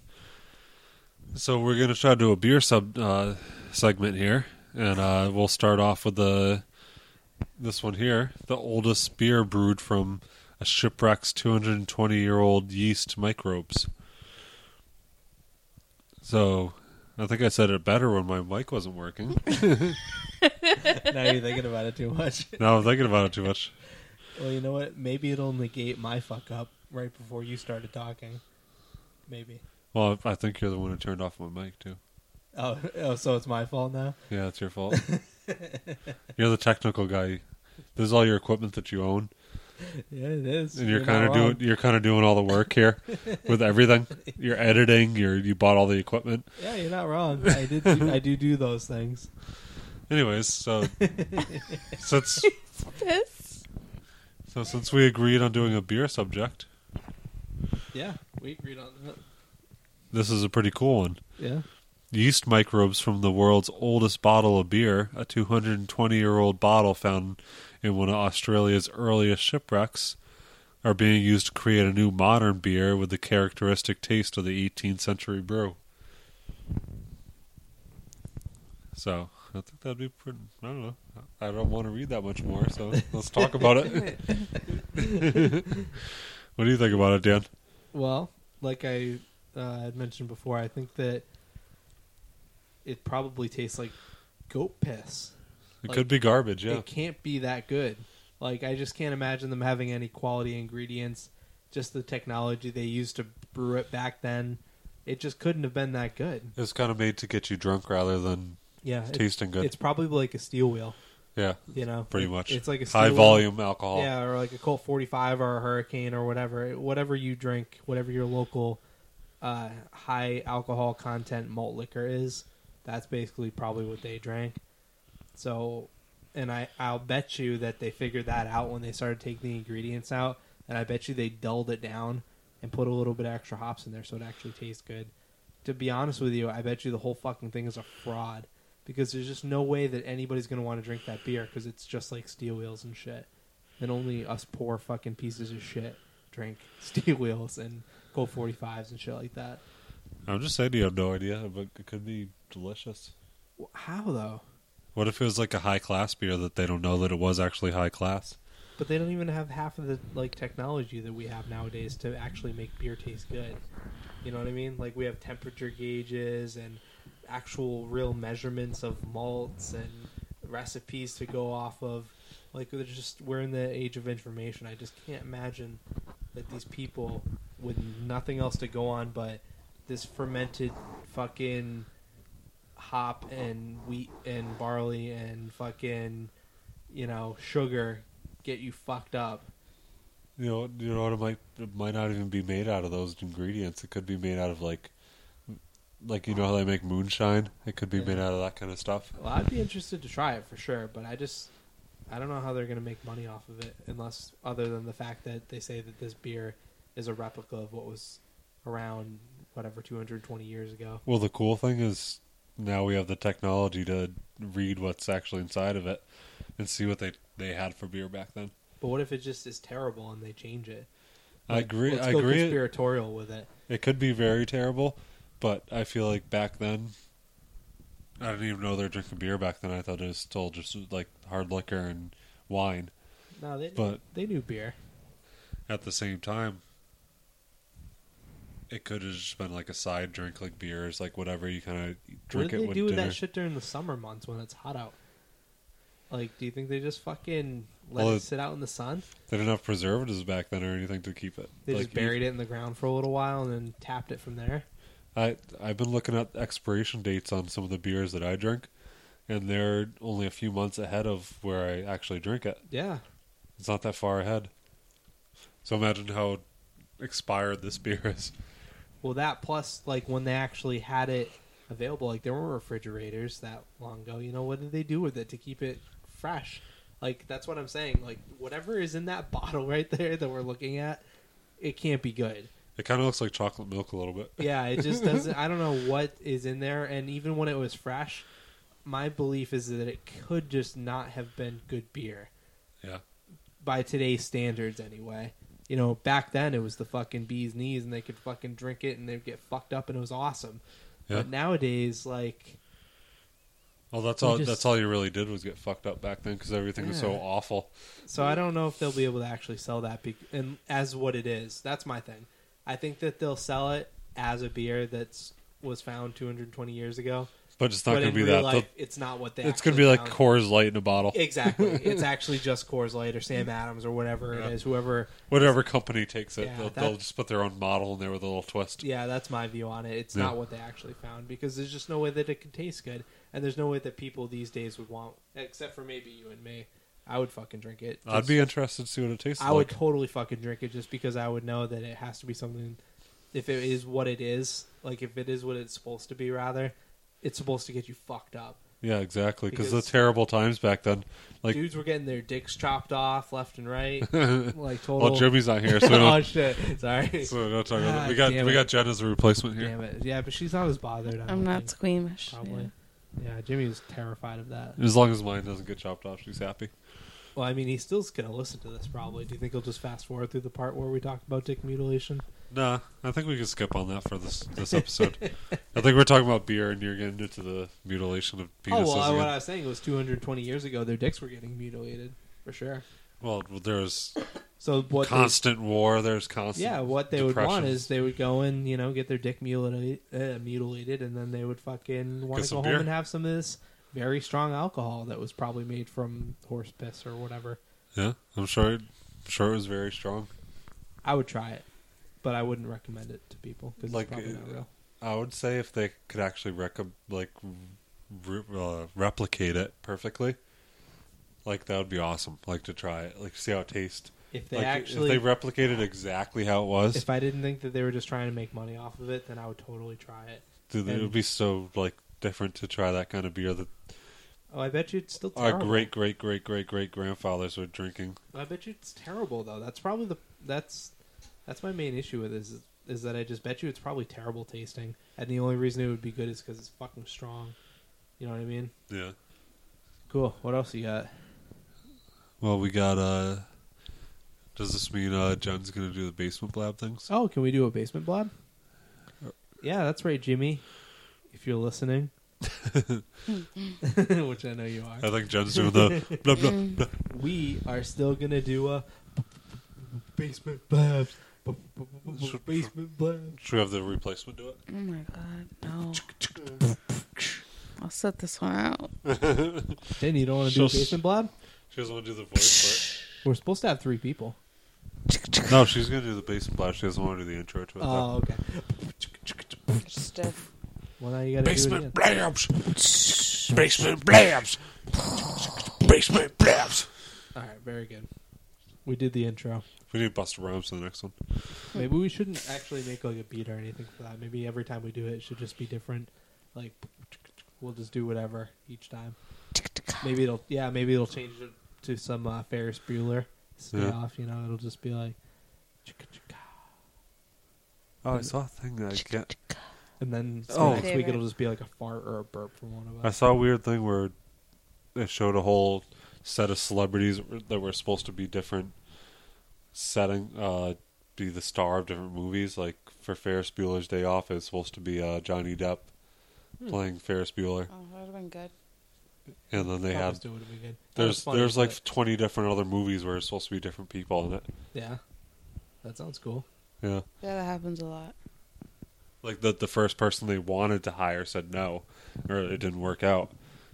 So we're gonna try to do a beer sub uh, segment here, and uh, we'll start off with the this one here, the oldest beer brewed from a shipwreck's 220 year old yeast microbes. So, I think I said it better when my mic wasn't working.
now you're thinking about it too much.
now I'm thinking about it too much.
Well, you know what? Maybe it'll negate my fuck up right before you started talking. Maybe.
Well, I think you're the one who turned off my mic too.
Oh, oh so it's my fault now?
Yeah, it's your fault. you're the technical guy. This is all your equipment that you own.
Yeah, it is.
and you're
not
kind of
wrong.
doing you're kind of doing all the work here with everything. You're editing. You're you bought all the equipment.
Yeah, you're not wrong. I did. Do, I do do those things.
Anyways, so since
Piss.
so since we agreed on doing a beer subject,
Yeah, we agreed on that.
this is a pretty cool one.
Yeah.
Yeast microbes from the world's oldest bottle of beer, a 220 year old bottle found in one of Australia's earliest shipwrecks, are being used to create a new modern beer with the characteristic taste of the 18th century brew. So, I think that'd be pretty. I don't know. I don't want to read that much more, so let's talk about it. what do you think about it, Dan?
Well, like I uh, had mentioned before, I think that it probably tastes like goat piss.
It
Like,
could be garbage, yeah.
It can't be that good. Like I just can't imagine them having any quality ingredients. Just the technology they used to brew it back then, it just couldn't have been that good.
It's kind of made to get you drunk rather than
Yeah, it-
tasting good.
It's probably like a steel wheel,
yeah.
you know.
pretty
It-
much.
It's like a steel
high
wheel.
volume alcohol.
Yeah, or like a Colt 45 or a Hurricane or whatever. Whatever you drink, whatever your local uh, high alcohol content malt liquor is, that's basically probably what they drank. So, and I, I'll bet you that they figured that out when they started taking the ingredients out. And I bet you they dulled it down and put a little bit of extra hops in there so it actually tastes good. To be honest with you, I bet you the whole fucking thing is a fraud because there's just no way that anybody's going to want to drink that beer because it's just like steel wheels and shit and only us poor fucking pieces of shit drink steel wheels and go 45s and shit like that.
I'm just saying you have no idea, but it could be delicious.
Wh- How though?
What if it was like a high class beer that they don't know that it was actually high class?
But they don't even have half of the like technology that we have nowadays to actually make beer taste good. You know what I mean? Like we have temperature gauges and actual real measurements of malts and recipes to go off of. Like they're just we're in the age of information. I just can't imagine that these people with nothing else to go on but this fermented fucking hop and wheat and barley and fucking you know sugar get you fucked up.
You know, you know what? It might it might not even be made out of those ingredients. It could be made out of like, like you know how they make moonshine. It could be made out of that kind of stuff.
Well, I'd be interested to try it for sure, but I just I don't know how they're going to make money off of it unless other than the fact that they say that this beer is a replica of what was around whatever 220 years ago.
Well, the cool thing is now we have the technology to read what's actually inside of it and see what they they had for beer back then.
But what if it just is terrible and they change it?
I agree.
Let's
I
go
agree. It,
conspiratorial with it.
it could be very terrible, but I feel like back then, I didn't even know they were drinking beer back then. I thought it was still just like hard liquor and wine.
No, they knew,
But-
they knew beer.
at the same time, it could have just been like a side drink, like beers, like whatever you kind of
What
drink
did
it
they
with
do with
dinner.
that shit during the summer months when it's hot out? Like, do you think they just fucking let
Well,
it
it-
sit out in the sun?
They didn't have preservatives back then or anything to keep it.
They
like
just buried it in the ground for a little while and then tapped it from there.
I I've been looking at expiration dates on some of the beers that I drink, and they're only a few months ahead of where I actually drink it.
Yeah,
It's not that far ahead. So imagine how expired this beer is.
Well, that plus like when they actually had it available, like there weren't refrigerators that long ago. You know, what did they do with it to keep it fresh? Like that's what I'm saying. Like whatever is in that bottle right there that we're looking at, it can't be good.
It kind of looks like chocolate milk a little bit.
Yeah, it just doesn't. I don't know what is in there. And even when it was fresh, my belief is that it could just not have been good beer
Yeah.
by today's standards anyway. You know, back then it was the fucking bee's knees and they could fucking drink it and they'd get fucked up and it was awesome.
Yeah.
But nowadays, like,
Well, that's
You
all.
just-
That's all you really did was get fucked up back then because everything was so
Yeah.
awful.
so I don't know if they'll be able to actually sell that be- and as what it is. That's my thing. I think that they'll sell it as a beer that's was found 220 years ago.
But it's not
but
going
in
to be
real
that.
life, it's not what they.
it's going to
actually
be like
found.
Coors Light in a bottle.
Exactly. it's actually just Coors Light or Sam Adams or whatever
Yeah.
it is. Whoever.
Whatever company takes it,
Yeah,
they'll,
that-
they'll just put their own model in there with a little twist.
Yeah, that's my view on it. It's
Yeah.
not what they actually found because there's just no way that it could taste good, and there's no way that people these days would want, except for maybe you and me. I would fucking drink it.
I'd
Just-
be interested to see what it tastes
I would
like.
totally fucking drink it just because I would know that it has to be something. If it is what it is, like if it is what it's supposed to be, rather, it's supposed to get you fucked up.
Yeah, exactly. Because the
Because-
terrible times back then, like,
Dudes were getting their dicks chopped off left and right, like total.
well, Jimmy's not here, so we
oh
don't,
shit! Sorry.
so we don't talk about
Ah,
it. We got
damn
we
it.
got Jen as a replacement here.
Damn it! Yeah, but she's not as bothered. I
I'm
don't
not
think,
squeamish.
probably. Yeah. Jimmy was terrified of that.
As long as mine doesn't get chopped off, she's happy.
Well, I mean, he still's gonna listen to this probably. Do you think he'll just fast forward through the part where we talked about dick mutilation?
Nah, I think we can skip on that for this this episode. I think we're talking about beer, and you're getting into the mutilation of penises.
oh well, I,
again.
what I was saying was 220 years ago, their dicks were getting mutilated for sure.
well, there's
So what? they-
constant war. There's constant.
yeah, what they would
depression.
want is they would go and you know get their dick mutilated, uh, mutilated, and then they would fucking want
Get
to
some
go
beer.
home and have some of this very strong alcohol that was probably made from horse piss or whatever.
Yeah, I'm sure. It, I'm sure it was very strong.
I would try it, but I wouldn't recommend it to people because
Like,
it's probably not
uh,
real.
I would say if they could actually rec- like re- uh, replicate it perfectly, like that would be awesome. Like to try it, like see how it tastes.
If they
like,
actually,
if
if,
they replicated exactly how it was,
I didn't think that they were just trying to make money off of it, then I would totally try it.
dude, it would be so like different to try that kind of beer that
Oh, I bet you it's still
our
terrible.
great great great great great grandfathers were drinking.
I bet you it's terrible though. That's probably the that's that's my main issue with this is, is that I just bet you it's probably terrible tasting, and the only reason it would be good is because it's fucking strong. You know what I mean?
Yeah.
Cool. What else you got?
Well, we got. uh Does this mean uh Jen's gonna do the basement blab things?
Oh, can we do a basement blob? Yeah, that's right, Jimmy. If you're listening, which I know you are,
I think Jen's doing the blah blah blah.
we are still gonna do a basement blabs. Basement blabs.
Should we have the replacement do it?
Oh my god, no. I'll set this one out.
Then you don't want to
She'll
do a
s-
basement blob?
She doesn't want to do the voice
We're supposed to have three people.
for it. No, she's gonna do the basement blab. She doesn't want to do the intro to it.
Oh, okay.
Interested.
Oh, Well, now you gotta do
Basement
it
blabs. Basement blabs. Basement blabs.
again. All right, very good. We did the intro.
We need Buster Rhymes for the next one.
Maybe we shouldn't actually make like a beat or anything for that. Maybe every time we do it, it should just be different. Like we'll just do whatever each time. Maybe it'll yeah, maybe it'll change it to some uh, Ferris Bueller
Yeah.
stuff. You know, it'll just be like chicka chicka,
Oh, I saw a thing that I get.
and then
Oh.
next week
Favorite.
it'll just be like a fart or a burp from one of
I
us.
saw a weird thing where it showed a whole set of celebrities that were- that were supposed to be different setting, uh, be the star of different movies. Like for Ferris Bueller's Day Off, it's supposed to be uh, Johnny Depp
Hmm.
playing Ferris Bueller,
Oh, that would have been good.
and then they
That was
had
doing it again. That was
there's
funny,
there's like
but-
twenty different other movies where it's supposed to be different people in it.
yeah, that sounds cool.
Yeah.
Yeah, that happens a lot.
like the the first person they wanted to hire said no, or it didn't work out.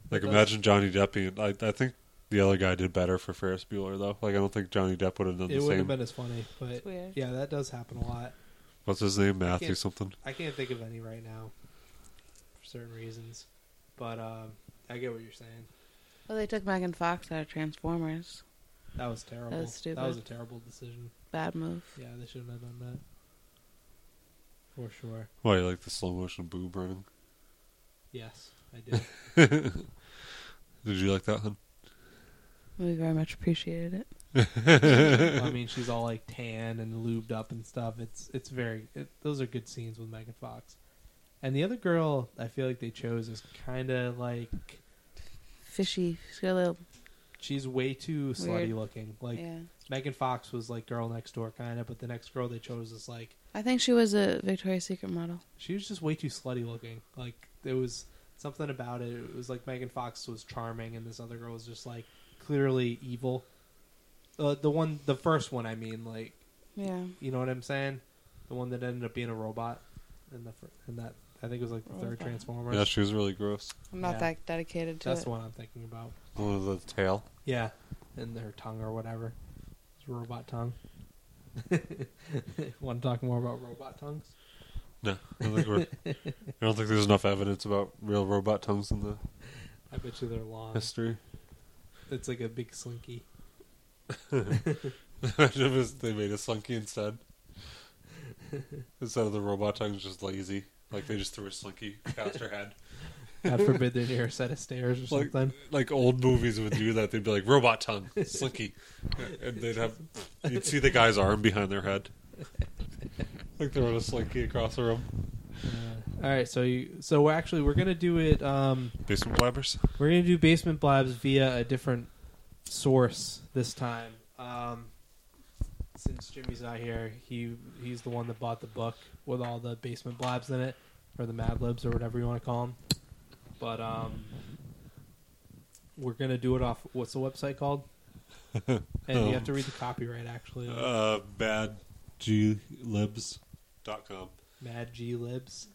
Like
That's-
imagine Johnny Depp being. I, I think the other guy did better for Ferris Bueller though. Like I don't think Johnny Depp would have done
It
the
wouldn't
same.
have been as funny, but
It's weird.
yeah, that does happen a lot.
What's his name? Matthew
can't-
something.
I can't think of any right now for certain reasons, but um, I get what you're saying.
Well, they took Megan Fox out of Transformers.
That was terrible.
That was stupid.
was a terrible decision.
Bad move.
Yeah, they shouldn't have done that. For sure.
Why Oh, like the slow motion boob running?
Yes, I did.
Did you like that one?
We very much appreciated it.
Well, I mean, she's all like tan and lubed up and stuff. It's it's very. It, those are good scenes with Megan Fox, and the other girl I feel like they chose is kind of like
Fishy. She's got a little.
she's way too slutty
Weird.
looking. Like
yeah.
Megan Fox was like girl next door kind of, but the next girl they chose is like
I think she was a Victoria's Secret model.
She was just way too slutty looking. Like there was something about it. It was like Megan Fox was charming, and this other girl was just like clearly evil. Uh, the one, the first one, I mean, like
Yeah.
you know what I'm saying? The one that ended up being a robot, and the fir- and that I think it was like the third
Robot.
Transformer.
Yeah, she was really gross.
I'm not
Yeah.
that dedicated to
That's
it.
the one I'm thinking about.
The one with the tail.
Yeah, and her tongue or whatever, it's a robot tongue. Want to talk more about robot tongues?
No, I don't think we're. I don't think there's enough evidence about real robot tongues in the
I bet you they're long.
history.
It's like a big slinky.
Imagine if they made a Slinky instead. Instead of the robot tongue's just lazy. Like they just threw a Slinky past her head.
God forbid they're near a set of stairs or
Like,
something.
like old movies would do that. They'd be like, robot tongue, Slinky. And they'd have, you'd see the guy's arm behind their head. Like throwing a Slinky across the room.
Uh, all right, so you, so we're actually we're gonna do it. Um,
Basement blabbers.
we're gonna do basement blabs via a different source this time. Um, since Jimmy's not here, he he's the one that bought the book with all the basement blabs in it, or the Mad Libs, or whatever you want to call them. But um, we're gonna do it off. What's the website called? And you have to read the copyright actually. on
Uh, badglibs.com.
Mad G Libs,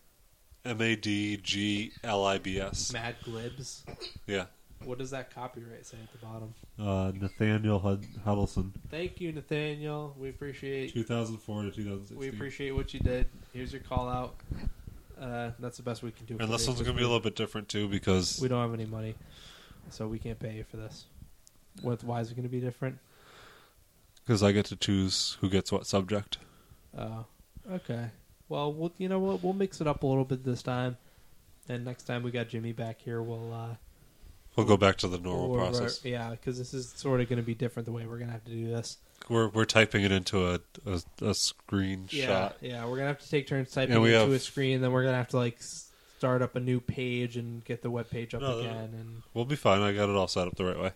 M A D G L I B S.
Mad Glibs.
Yeah.
What does that copyright say at the bottom?
Uh, Nathaniel Hud- Huddleston.
Thank you, Nathaniel. We appreciate
2004 to 2016.
we appreciate what you did. Here's your call out. Uh, that's the best we can do. for
And this
you,
one's
'cause
gonna be a little bit different too because
We don't have any money, so we can't pay you for this. What? Why is it going to be different?
because I get to choose who gets what subject.
Oh, okay. Well, we'll you know what? We'll mix it up a little bit this time, and next time we got Jimmy back here, we'll uh,
We'll go back to the normal
we'll-
process.
Yeah, because this is sort of going to be different the way we're going to have to do this.
We're we're typing it into a a, a screenshot.
Yeah, yeah, we're gonna have to take turns typing
And we
into
have-
a screen, then we're gonna have to like s- start up a new page and get the web page up
No, no, no.
again. And
We'll be fine. I got it all set up the right way.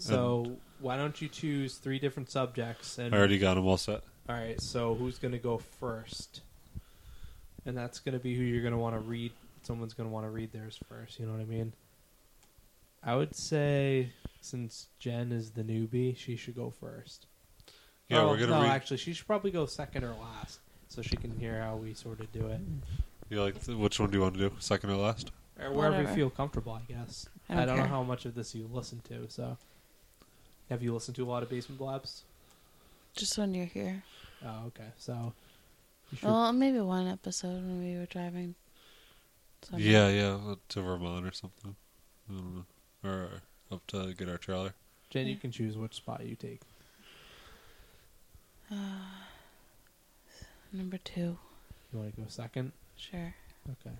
so, why don't you choose three different subjects? And
I already got them all set.
all right, so who's gonna go first? And that's gonna be who you're gonna want to read. Someone's gonna want to read theirs first. You know what I mean? I would say since Jen is the newbie, she should go first.
Yeah,
Oh,
we're gonna
no,
read.
actually, she should probably go second or last, so she can hear how we sort of do it.
You like th- which one do you want to do? Second or last?
or wherever you
Whatever.
feel comfortable, I guess. I
I
don't,
don't
know
care.
how much of this you listen to, so have you listened to a lot of basement blabs?
Just when you're here.
Oh, okay. So You should-
Well, maybe one episode when we were driving. somewhere.
Yeah, yeah, to Vermont or something. I don't know. Or up to get our trailer.
Jen, you can choose which spot you take.
Number two.
You want to go second?
Sure.
Okay.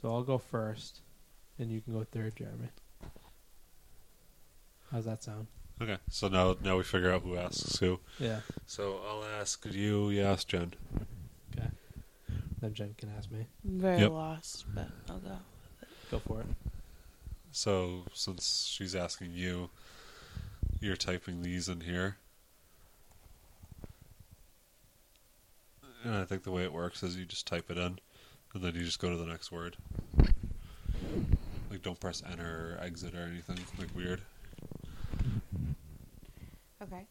So I'll go first, and you can go third, Jeremy. How's that sound?
Okay, so now now we figure out who asks who.
Yeah.
So I'll ask you. You ask Jen.
Okay. Then Jen can ask me.
I'm very
Yep.
lost, but I'll go.
Go for it.
So since she's asking you, you're typing these in here. And I think the way it works is you just type it in, and then you just go to the next word. Like don't press enter or exit or anything like weird.
Okay.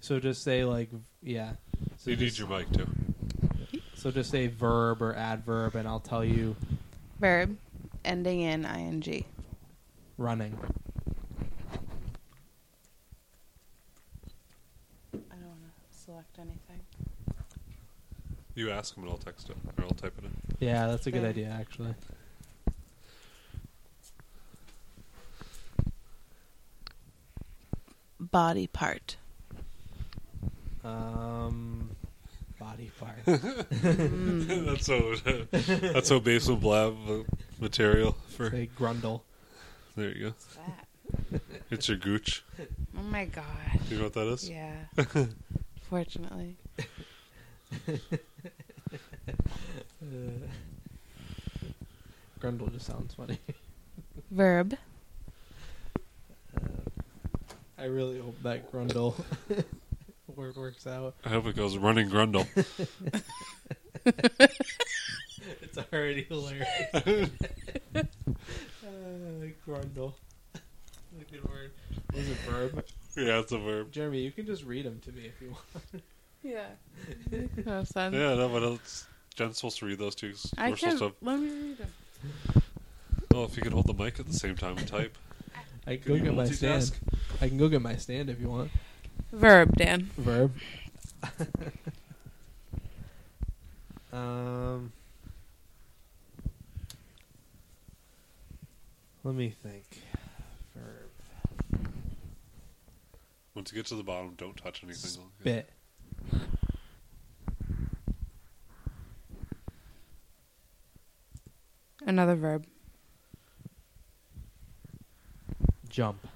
So just say like, v- yeah. So
you need
just-
your mic too.
So just say verb or adverb, and I'll tell you
Verb ending in ing.
running.
I don't want to select anything.
You ask him and I'll text it or I'll type it in.
Yeah, that's a good
Yeah.
idea actually.
Body part.
Um, body part.
Mm.
that's so. that's so basement blab uh, material for.
say grundle.
There you
What's that?
go. It's your gooch.
Oh my god.
Do you know what that is?
Yeah. Fortunately.
Uh, grundle just sounds funny.
Verb.
I really hope that grundle word works out.
I hope it goes running grundle.
It's already hilarious. uh, grundle. That's a good word. What is it verb?
yeah, it's a verb.
Jeremy, you can just read them to me if you want.
Yeah. no sense.
Yeah, no, but else? Jen's supposed to read those two.
Oh, I
We're
can.
supposed
Let me read them.
to. Oh, if you could hold the mic at the same time and type.
I can
Could
go
you
get my stand.
multitask?
I can go get my stand if you want.
Verb, Dan.
Verb. um. Let me think. Verb.
Once you get to the bottom, don't touch anything.
Bit.
Another verb.
Jump.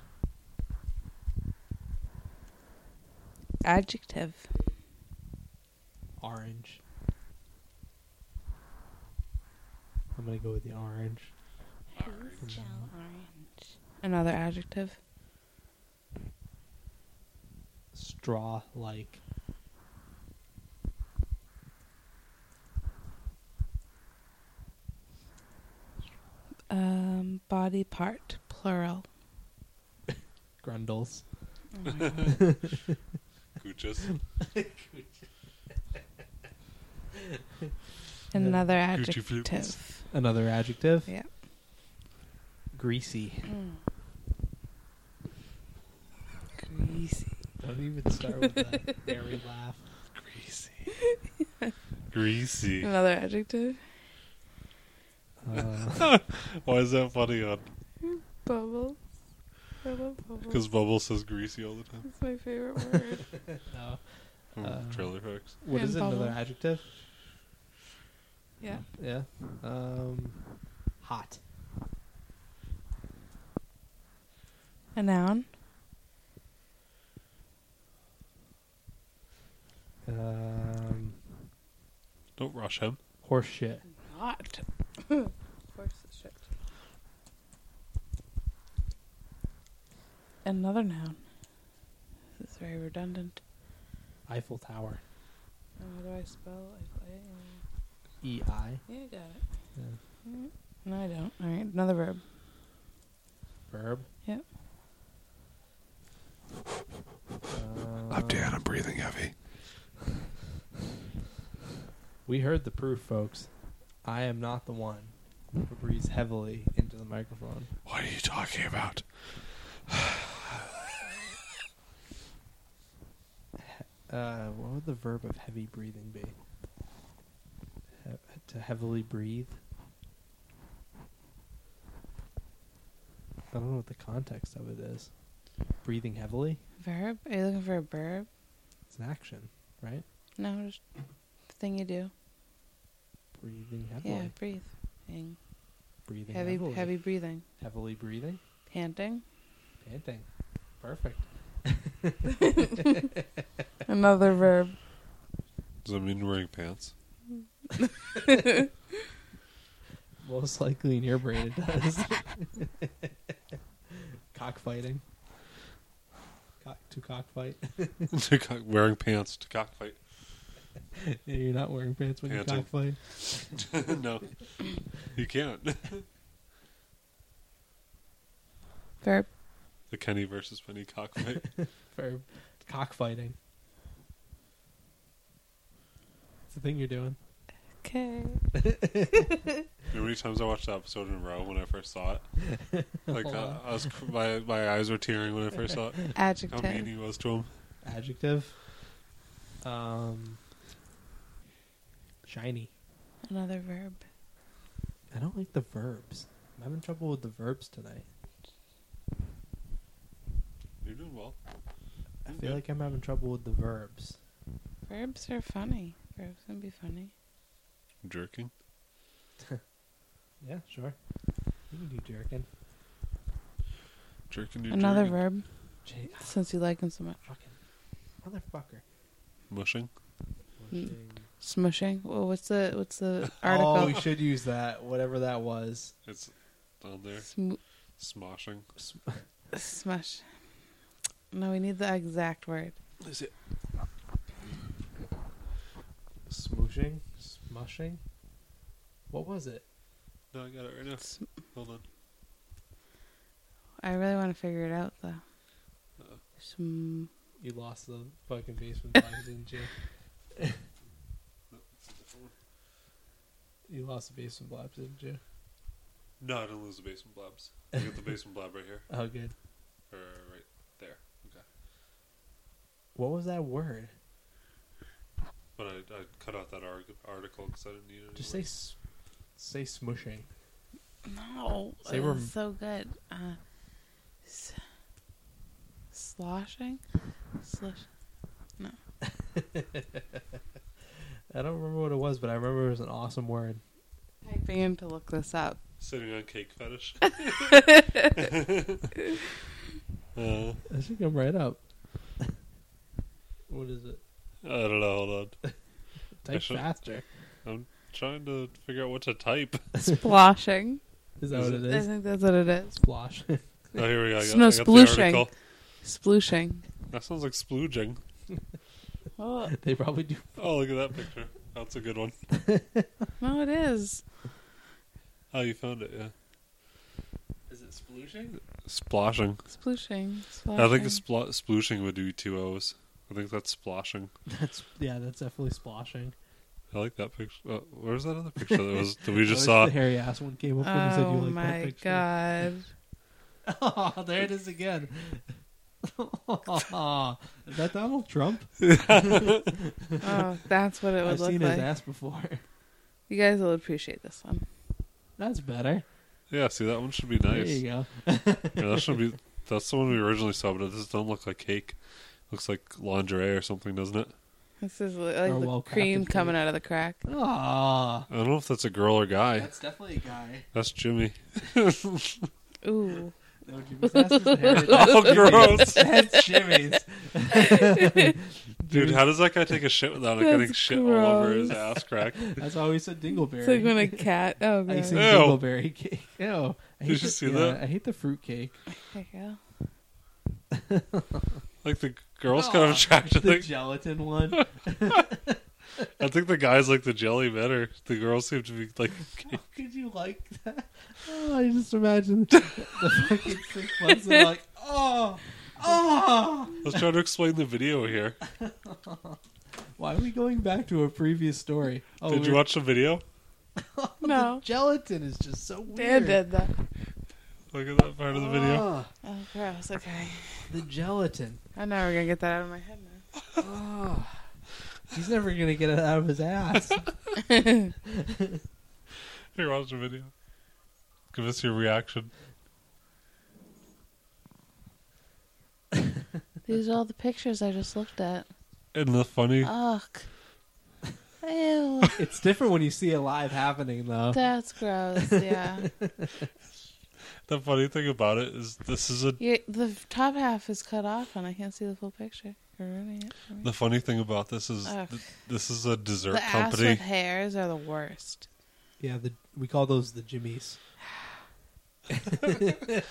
Adjective.
Orange. I'm gonna go with the orange.
Orange. Another adjective.
Straw like.
Um, body part, plural.
Grundles.
Oh my God.
Gooches.
Another
Gucci flutes.
adjective.
Another adjective.
Yeah.
Greasy.
Mm. Greasy.
Don't even start with that airy laugh.
Greasy. Greasy.
Another adjective.
Uh,
Why is that funny on?
Bubble. I love bubble.
Because Bubble says greasy all the time.
It's my favorite word.
no.
From
Uh,
Trailer Parks.
What is
And
it? Another
bubble.
adjective?
yeah.
Yeah. Um, hot.
A noun.
Um,
Don't rush him.
horse shit.
Not. of course it's shit. Another noun. This is very redundant.
Eiffel Tower.
And Oh, how do I spell? I, I,
E I.
yeah, I got it. Mm. No, I don't. All right, another verb.
Verb.
Yep.
Um,
I'm breathing heavy.
We heard the proof, folks. I am not the one who breathes heavily into the microphone.
What are you talking about?
Uh, Uh, what would the verb of heavy breathing be? He- to heavily breathe. I don't know what the context of it is. Breathing heavily.
Verb? Are you looking for a verb?
It's an action, right?
No, just the thing you do.
Breathing heavily.
Yeah, breathe. Thing.
Breathing
Heavy,
heavily.
heavy breathing.
Heavily breathing.
Panting.
Panting. Perfect.
Another verb.
Does that mean wearing pants?
Most likely in your brain it does. Cockfighting. Cock, to cockfight.
To cock- wearing pants to cockfight?
Yeah, You're not wearing pants when you
Panting.
cockfight.
no, you can't.
Verb.
The Kenny versus Penny cockfight.
For cockfighting. It's the thing you're doing.
Okay.
You know how many times I watched that episode in a row when I first saw it? Like uh, I was, cr- my my eyes were tearing when I first saw it. How mean
Adjective.
he was to him.
Adjective. Um, shiny.
Another verb.
I don't like the verbs. I'm having trouble with the verbs tonight.
You're doing well.
I feel like I'm having trouble with the verbs.
Verbs are funny. Verbs can be funny.
jerking.
Yeah, sure. You can do jerking.
Jerking. Your
Another
jerking.
verb.
Jay, ah,
Since you like them so much.
fucking motherfucker.
Mushing.
Smushing. Well, what's the what's the
Oh, we
article?
should use that. Whatever that was.
It's down there.
Sm-
Smoshing.
smush. No, we need the exact word.
Is it?
Smooshing, smushing. What was it?
No, I got it right now.
Sm-
Hold on.
I really want to figure it out though.
Uh.
Uh-oh.
Sm-
You lost the fucking basement vibes, didn't you? You lost the basement blobs, didn't you?
No, I didn't lose the basement blobs. I got the basement blob right here.
Oh, good.
Or right there. Okay.
What was that word?
But I, I cut out that arg- article because I didn't need it.
Just say,
anymore.
s- say smushing.
no,
Say
it
we're-
was so good. Uh, s- sloshing, slush.
I don't remember what it was, but I remember it was an awesome word.
Typing in to look this up.
Sitting on cake fetish. uh,
It should come right up. what is it?
I don't know. Hold on.
Type
should-
faster.
I'm trying to figure out what to type.
Sploshing.
Is that
Is
what
it-
it
I
is?
think that's what it is.
Splosh.
Oh, here we go. I got,
No,
I got the
splooshing.
article.
Splooshing.
That sounds like splooging.
Oh,
they probably do.
Oh, look at that picture. That's a good one.
no, it is.
Oh, you found it, yeah.
Is it splooshing?
Sploshing.
Splooshing.
I think splo-
Sploshing.
splooshing would do two O's. I think that's sploshing.
That's yeah. That's definitely sploshing.
I like that picture. Oh, where's that other picture that was that we
I
just
wish
saw?
the hairy ass one came up when you said
Oh
you liked that
my
picture.
god.
Oh, there it is again. Oh, is that Donald Trump?
Oh, that's what it would
I've
look
seen
like.
his ass before.
You guys will appreciate this one.
That's better.
Yeah, see that one should be
There
nice.
you go.
Yeah, that should be. That's the one we originally saw, but it just doesn't look like cake. Looks like lingerie or something, doesn't it?
This is li- like
Or
the
well-crafted
cream
food.
coming out of the crack.
Ah,
I don't know if that's a girl or guy.
that's definitely a guy.
That's Jimmy.
Ooh.
No, Jimmy's ass was hairy. That's
Oh,
Jimmy's.
gross.
That's Jimmy's.
Dude, how does that guy take a shit without it getting
That's
shit all over his
gross.
ass crack?
That's always said Dingleberry.
It's like when a cat. Oh,
I
God.
used to
Ew.
eat dingleberry cake. Ew. I
Did
hate
you
the-
see
yeah,
that?
I hate the fruit cake.
There you go.
Like the girls kind of
Aw,
attracted.
the
The,
gelatin one.
I think the guys like the jelly better. The girls seem to be like
How could you like that? Oh, I just imagine the fucking six months and like, oh, oh.
I was trying to explain the video here.
Why are we going back to a previous story? Oh,
Did you
we're-
watch the video?
No.
Gelatin is just so weird.
Dan did that.
Look at that part of the video.
Ah,
Oh, gross. Okay. Oh,
the gelatin. Ah.
I know we're going to get that out of my head now.
He's never gonna get it out of his ass.
Here, watch the video. Give us your reaction.
These are all the pictures I just looked at.
And the funny.
Ugh. Ew.
it's different when you see it live happening, though.
That's gross. Yeah.
The funny thing about it is this is a
You, the top half is cut off, and I can't see the full picture. You're ruining it for me.
the funny thing about this is
Ugh.
th- this is a dessert
The ass
company.
with hairs are the worst.
Yeah, the, we call those the Jimmies.
The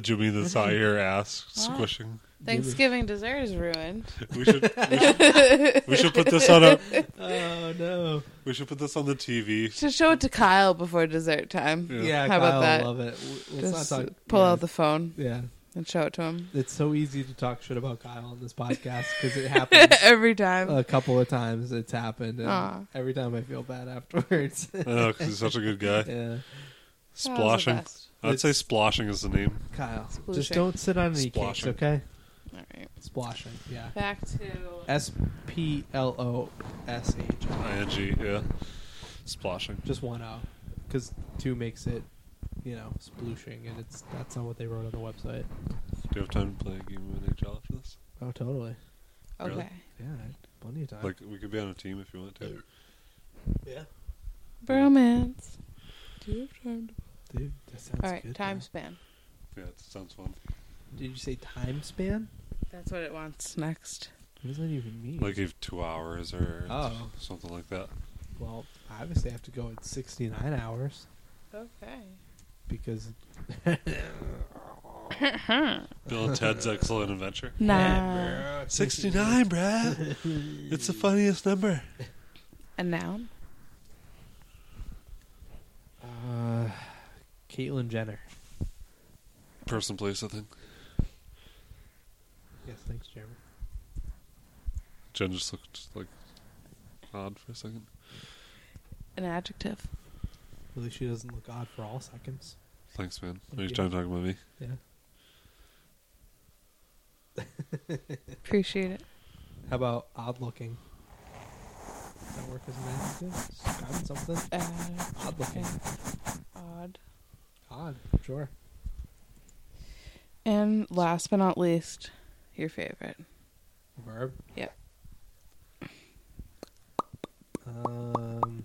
Jimmy that's out here ass
Wow.
squishing.
Thanksgiving dessert is ruined.
We should we should, we should put this on a
Oh no!
we should put this on the TV.
Should show it to Kyle before dessert time.
Yeah.
Yeah,
How about
Kyle
that?
will Love it. W- Let's
Just
not talk.
pull
yeah,
out the phone
Yeah,
and show it to him
it's so easy to talk shit about Kyle on this podcast because it happens
every time.
a couple of times. It's happened, and
Aw.
every time I feel bad afterwards.
Oh, 'cause he's such a good guy.
yeah,
Kyle's the
Sploshing.
best.
I'd say splashing is the name.
Kyle,
Splooshing.
just don't sit on any cakes,
Sploshing.
okay?
All right.
Sploshing. Yeah.
Back to
S P L O S H.
Ing, yeah. Splashing.
Just one O, because two makes it, you know, splooshing, and it's that's not what they wrote on the website.
Do you have time to play a game of NHL after this?
Oh, totally.
okay.
Really?
Yeah, I had plenty of time.
Like we could be on a team if you want to.
yeah,
Bromance. Do you have time? to-
dude, that sounds
All right.
good.
time
though.
span.
Yeah, it sounds fun.
Did you say time span?
That's what it wants next.
What does that even mean?
Like if two hours or
Oh.
something like that.
well, obviously I have to go at sixty nine hours
Okay.
because
Bill and Ted's Excellent Adventure.
Nah.
Sixty nine, bruh. it's the funniest number.
A noun.
uh, Caitlyn Jenner.
Person, place, I think.
Yes, thanks, Jeremy.
Jen just looked like odd for a second.
An adjective.
At least she doesn't look odd for all seconds.
Thanks, man.
Thank
Are you
you.
trying to talk about me?
Yeah.
Appreciate it.
How about odd looking? Does that work as an adjective? Describe something odd looking.
Uh, Odd.
Odd, sure.
And last but not least, your favorite.
Verb.
Yep.
Um.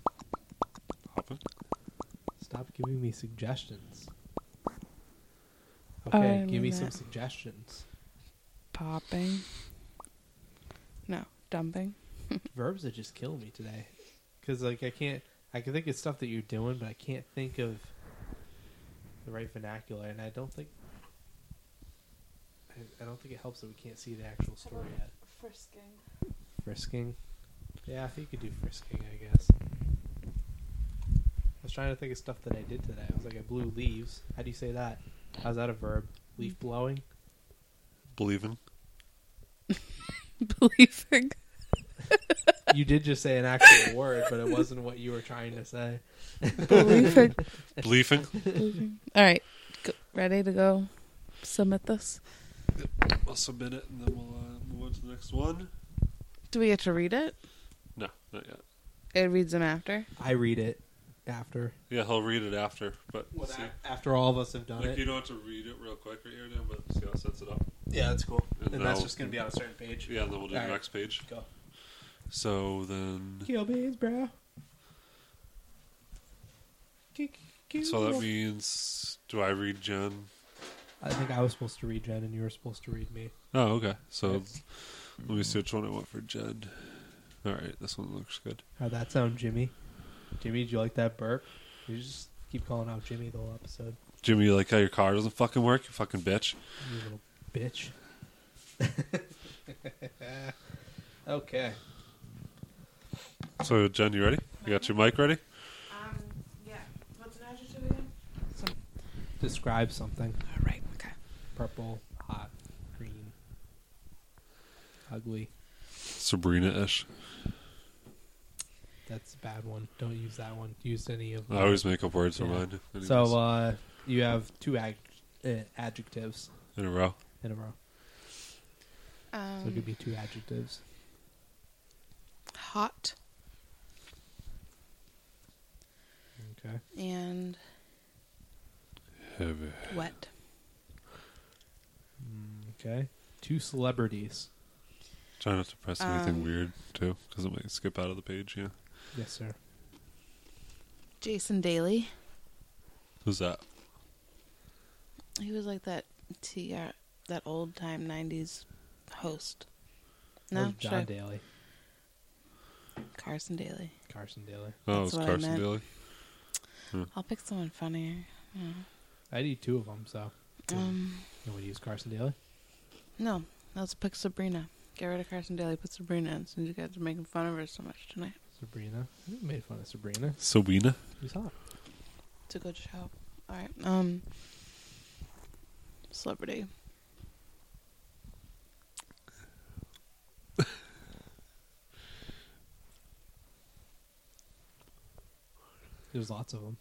Hopping?
Stop giving me suggestions. Okay,
I'm
give me
not-
some suggestions.
Popping. No, dumping.
Verbs that just kill me today, because like I can't. I can think of stuff that you're doing, but I can't think of the right vernacular, and I don't think. I, I don't think it helps that we can't see the actual story yet.
Frisking.
Frisking. Yeah, I think you could do frisking. I guess. I was trying to think of stuff that I did today. I was like, I blew leaves. How do you say that? How's that a verb? Leaf blowing.
Believing?
Believing.
you did just say an actual word, but it wasn't what you were trying to say.
Believing.
Believing?
All right. Go, ready to go submit this?
We'll submit it and then we'll uh, move on to the next one.
Do we get to read it?
No, not yet.
It reads them after.
I read it after
Yeah, he'll read it after. But see,
after all of us have done
like you
it.
don't have to read it real quick right here now, but see how it sets it up.
Yeah, that's cool.
And
And that's
now-
just gonna be on a certain page.
Yeah, and then we'll do the
Alright.
next page.
Go.
So then,
Kill beans, bro.
so that means, do I read Jen?
I think I was supposed to read Jen, and you were supposed to read me.
Oh, okay. So
Yes.
let me see which one I want for Jen. All right, this one looks good.
How'd that sound, Jimmy? Jimmy, did you like that burp? You just keep calling out Jimmy the whole episode.
Jimmy, you like how your car doesn't fucking work? You fucking bitch.
You little bitch. okay.
So Jen, you ready? You got your mic ready?
Um, yeah. What's an adjective again?
Describe something.
All oh, right. Okay.
purple, hot, green, ugly.
Sabrina-ish.
That's a bad one. Don't use that one. Use any of them.
I always make up words for
Yeah.
mine. anyways,
so uh, you have two ad- uh, adjectives
in a row.
in a row. So it
Um,
could be two adjectives.
hot
Okay.
and
Heavy.
wet.
Mm, Okay. Two celebrities.
Try not to press anything
Um,
weird too, because it might skip out of the page. Yeah,
Yes, sir.
Jason Daly.
who's that?
He was like that TR, that old time '90s host.
That
No,
was
should
John
I-
Daly.
Carson Daly.
Carson Daly.
Oh,
That's
it's
what I
Carson
meant.
Daly.
I'll pick someone funnier. Yeah.
I need two of them, so
Um,
you want to use Carson Daly?
no, let's pick Sabrina. Get rid of Carson Daly. Put Sabrina in since you guys are making fun of her so much tonight.
Sabrina. You made fun of Sabrina.
Sabina.
She's hot.
It's a good show. All right. Um, celebrity.
There's lots of them.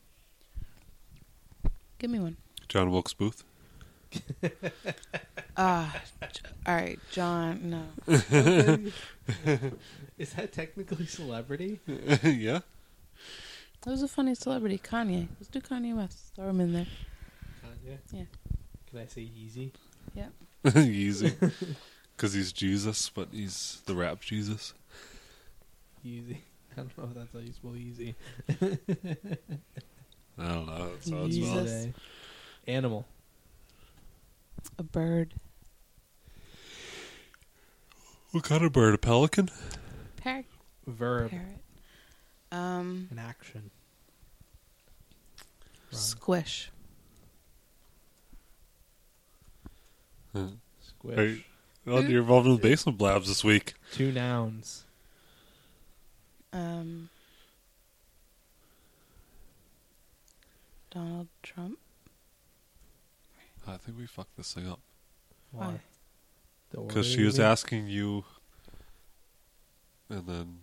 Give me one.
John Wilkes Booth.
Ah, j- all right, John. No.
Is that technically celebrity?
yeah.
That was a funny celebrity. Kanye. Let's do Kanye West. Throw him in there.
Kanye?
Yeah.
Can I say Yeezy?
Easy. Because he's Jesus, but he's the rap Jesus.
Yeezy. I don't know if that's how you spell Yeezy.
I don't know. That's how it's
Jesus.
spelled.
Yeezy. Animal.
A bird.
What kind of bird? A pelican?
Parrot.
Verb.
Parrot. Um,
An action. Wrong.
squish.
Squish.
Hey. Well, Oh, you're involved in the basement blabs this week.
Two nouns.
Um, Donald Trump.
I think we fucked this thing up.
Why?
Why?
Because she was asking you, and then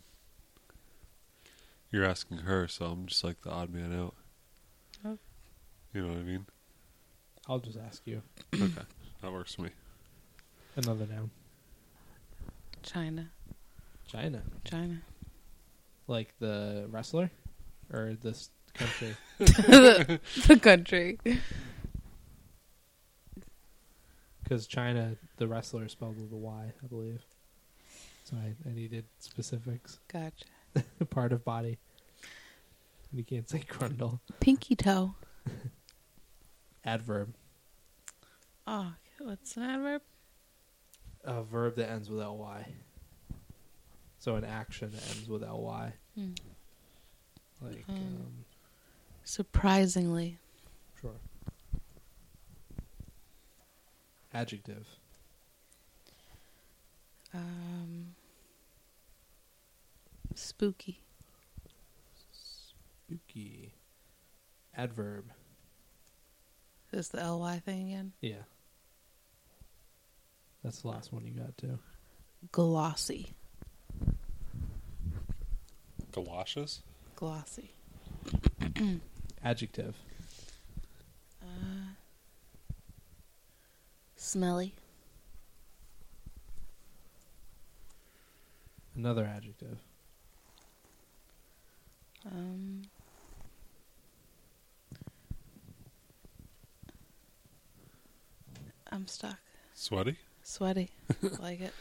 you're asking her, so I'm just like the odd man out.
Oh.
You know what I mean?
I'll just ask you.
okay. That works for me.
Another noun.
China.
China.
China.
Like the wrestler? Or this country?
the, country.
Because China, the wrestler is spelled with a Y, I believe. So I, I needed specifics.
Gotcha.
Part of body. You can't say grundle.
Pinky toe.
Adverb.
Oh, what's an adverb?
A verb that ends with ly. So an action that ends with ly.
Hmm.
Like,
Um.
um,
Surprisingly.
sure. Adjective.
Um, spooky.
Spooky. Adverb.
Is the ly thing again?
Yeah. That's the last one you got too.
Glossy.
Galoshes?
Glossy.
Adjective.
Uh, smelly.
Another adjective.
Um, I'm stuck.
Sweaty?
Sweaty. like it.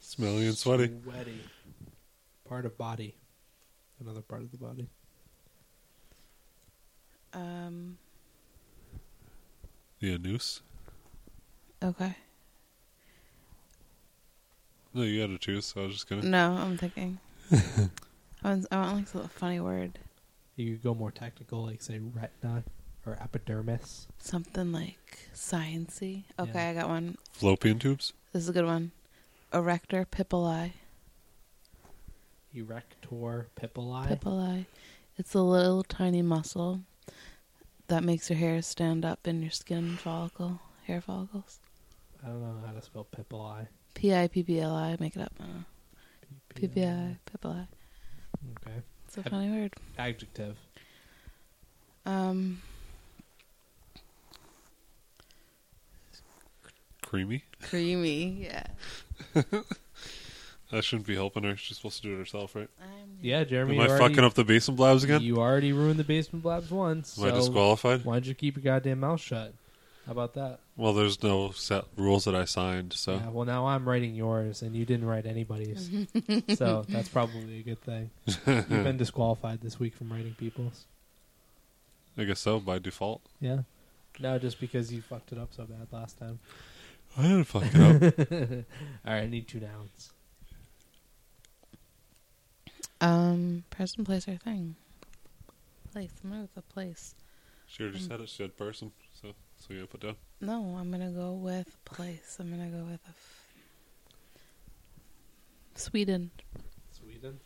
Smelly and sweaty.
Sweaty. Part of body. Another part of the body.
Um,
Yeah, noose.
okay.
No, you had to choose, so I was just gonna.
No, I'm thinking. I want, I want like a funny word.
You could go more technical, like say retina or epidermis.
Something like sciency. Okay,
Yeah.
I got one.
Fallopian tubes?
This is a good one. Erector pippoli.
Erector pippili.
Pippoli. It's a little tiny muscle that makes your hair stand up in your skin follicle, hair follicles.
I don't know how to spell pippili.
P I P P L I. Make it up. Uh, P P I. Pipli.
Okay.
It's a
Have-
funny word.
Adjective.
Um,
Creamy?
creamy. Yeah.
I shouldn't be helping her. She's supposed to do it herself, right?
I'm
Yeah, Jeremy.
Am
you
I
already,
fucking up the basement blabs again?
You already ruined the basement blabs once.
Am I
so
disqualified?
why don't you keep your goddamn mouth shut? How about that?
Well, there's no set rules that I signed, so
Yeah, well, now I'm writing yours, and you didn't write anybody's, so that's probably a good thing. You've been disqualified this week from writing people's.
I guess so by default.
Yeah. No, just because you fucked it up so bad last time.
I didn't fuck it up.
All right, I need two nouns.
Um, person, place, or thing. Place. I'm gonna go with the place.
She already said it. She said person, so so you gotta put down.
No, I'm gonna go with place. I'm gonna go with a f- Sweden.
Sweden.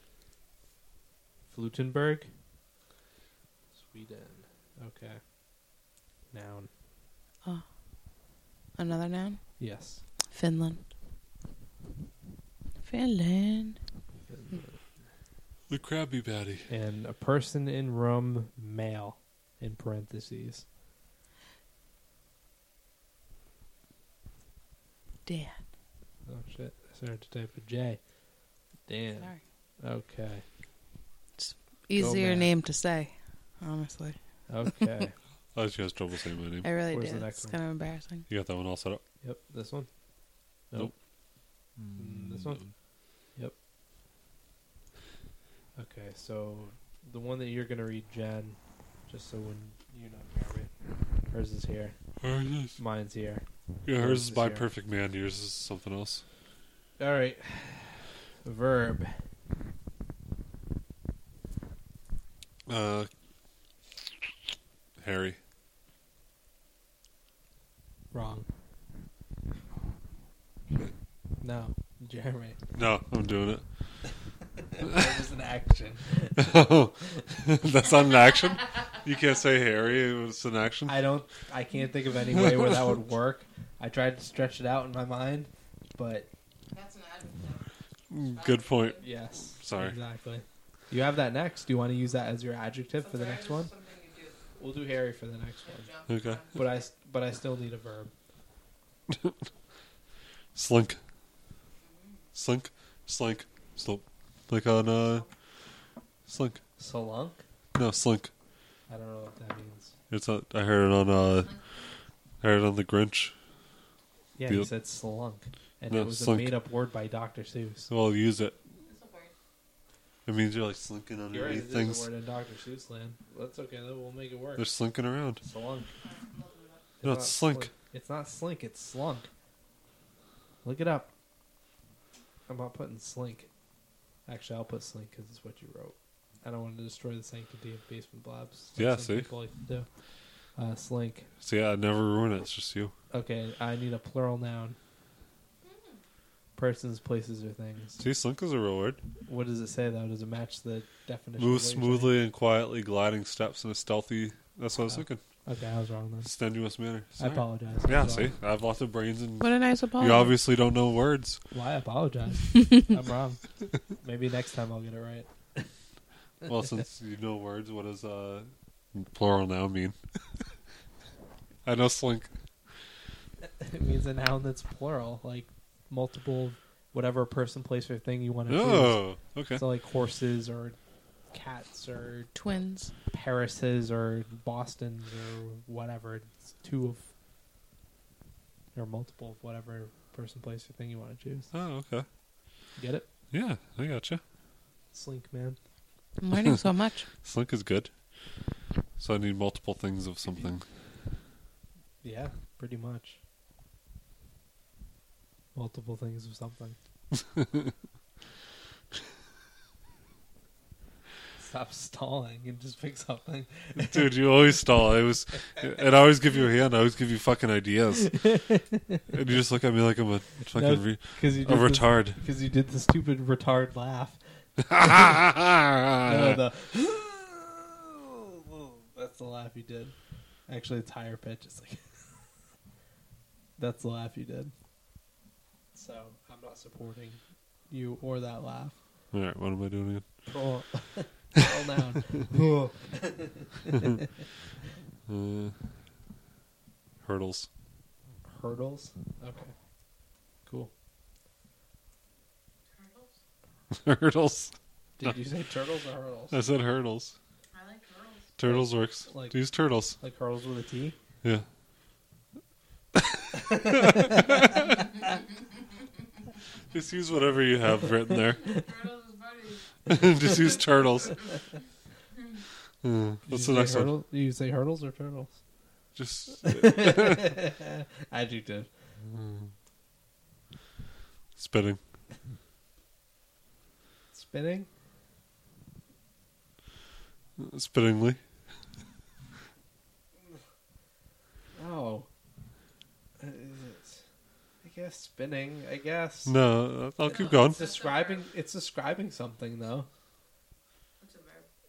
Flutenberg. Sweden. Okay. Noun.
Another noun.
Yes.
Finland. Finland.
The Krabby Patty.
uh, And a person in room, male, in parentheses.
Dan.
Oh, shit. I started to type a J. Damn.
Sorry.
Okay.
Easier
man.
name to say. Honestly,
Okay.
Oh, she has trouble saying my name.
I really
Where's
did.
the
It's
next one?
kind of embarrassing.
You got that one all set up.
yep. This one?
Nope.
Mm, this one? Okay, so the one that you're gonna read, Jen, just so when you know Jeremy, hers is here,
Hers is,
mine's here.
yeah,
Hers
hers
is
is by
here.
Perfect Man. Yours is something else.
All right, verb.
Uh, Harry.
Wrong. No, Jeremy.
No, I'm doing it.
that was an action.
That's not an action. You can't say Harry. It was an action.
I don't. I can't think of any way where that would work. I tried to stretch it out in my mind, but
That's an adjective.
Good point.
yes.
Sorry.
Exactly. You have that next. Do you want to use that as your adjective for the next one? We'll do Harry for the next one.
Okay.
But I but I still need a verb.
Slink. Slink. Slink. Slump. Like on, uh, Slink.
Salunk?
No, Slink.
I don't know what that means.
It's not, I heard it on, uh, I heard it on The Grinch.
Yeah,
Be-
he said slunk. And
No,
it was a
slunk.
made up word by Dr. Seuss.
So I'll use it. It means you're like slinking
You're right, it
underneath
is
things.
a word in Dr. Seuss land. That's okay, though. We'll make it work.
They're slinking around.
Slunk.
No, it's slink.
It's not slink, it's slunk. Look it up. I'm not putting slink. Actually, I'll put slink because it's what you wrote. I don't want to destroy the sanctity of basement blobs. like
Yeah,
some
see?
People like to do. Uh, slink.
So yeah, I never ruin it. It's just you.
Okay, I need a plural noun. Persons, places, or things.
See, slink is a real word.
What does it say though? Does it match the
Move
definition? of what you're
smoothly and quietly, gliding steps in a stealthy. That's what I was
Uh,
looking.
saying? Okay, I was wrong then.
Strenuous manner.
I
Sorry.
apologize. I
Yeah,
was wrong.
see, I have lots of brains, and
What a nice apology.
you obviously don't know words.
Well, I apologize. I'm wrong. Maybe next time I'll get it right.
Well, since you know words, what does uh, plural noun mean? I know slink.
It means a noun that's plural, like multiple, whatever person, place, or thing you want to
Oh,
choose.
okay.
So like horses or cats or
Twins.
Parises or Bostons or whatever. It's two of or multiple of whatever person, place, or thing you want to choose.
Oh, okay.
Get it?
Yeah, I gotcha.
Slink, man.
I'm learning so much.
Slink is good. So I need multiple things of something.
Yeah, pretty much. Multiple things of something. Stop stalling and just pick something.
Dude, you always stall. I was, and I always give you a hand. I always give you fucking ideas, and you just look at me like I'm a fucking re-
Because you
a
did this-
retard.
'cause you did the stupid retard laugh. No, the that's the laugh you did. Actually, it's higher pitch. It's like that's the laugh you did. So I'm not supporting you or that laugh.
All right, what am I doing again?
Oh, all down. Oh,
Uh, hurdles.
Hurdles. Okay. Cool.
hurdles.
Did you say turtles or hurdles?
I said hurdles. Turtles works.
Like-
Use turtles.
Like hurdles with a T?
Yeah. Just use whatever you have written there. Just use turtles. Hmm,
Did
What's the
you say
next one?
hurdle- Did you say hurdles or turtles?
Just
Adjective.
spinning.
Spinning?
Spinningly.
Oh. Uh, Is it? I guess spinning. I guess.
No, uh, I'll keep
It's
going.
Describing. It's describing something though.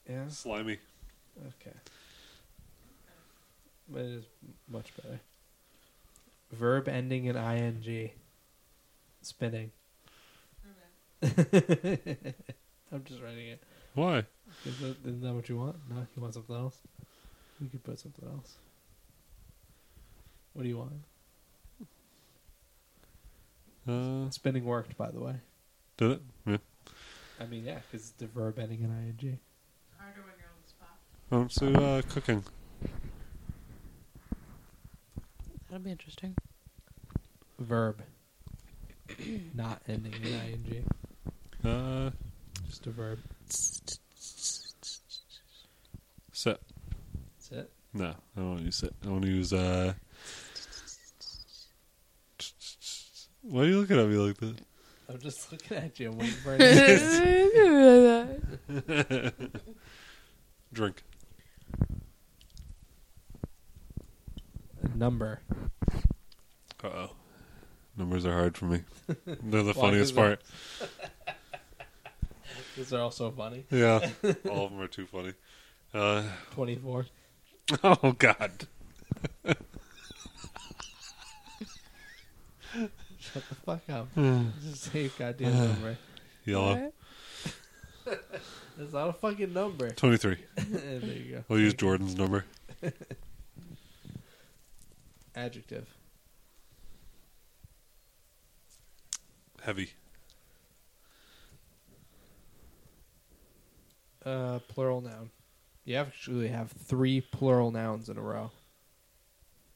Yeah.
Slimy.
Okay. But it is much better. Verb ending in ing. Spinning. I'm just writing it.
Why?
Is that, isn't that what you want? No, you want something else? We could put something else. What do you want?
Uh,
Spinning worked, by the way.
did it? Yeah.
I mean, yeah, because the verb ending in ing.
Um, so uh, cooking.
That'll be interesting.
Verb. Not ending in ing.
Uh,
Just a verb.
sit.
That's it.
No, I don't want to use it. I want to use. Uh... Why are you looking at me like that?
I'm just looking at you. I'm waiting for it.
Drink.
number.
Uh oh. Numbers are hard for me. They're the
Why
funniest
is
part.
that? These are all so funny.
Yeah. All of them are too funny. Uh,
24.
oh, God.
Shut the fuck up.
Hmm.
just say your goddamn number.
Yellow.
That's not a fucking number.
23.
there you go.
We'll use Jordan's number.
Adjective.
Heavy.
Uh, plural noun. You actually have three plural nouns in a row.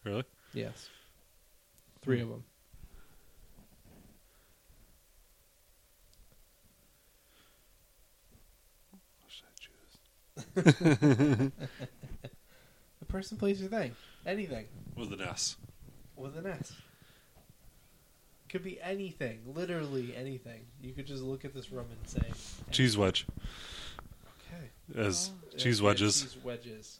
Really?
Yes. Three of them.
What should I choose?
A person, place, or thing. Anything.
With an S.
with an S. Could be anything, literally anything. You could just look at this room and say,
Cheese wedge.
Okay,
As
Oh.
cheese
Yeah,
wedges.
cheese wedges,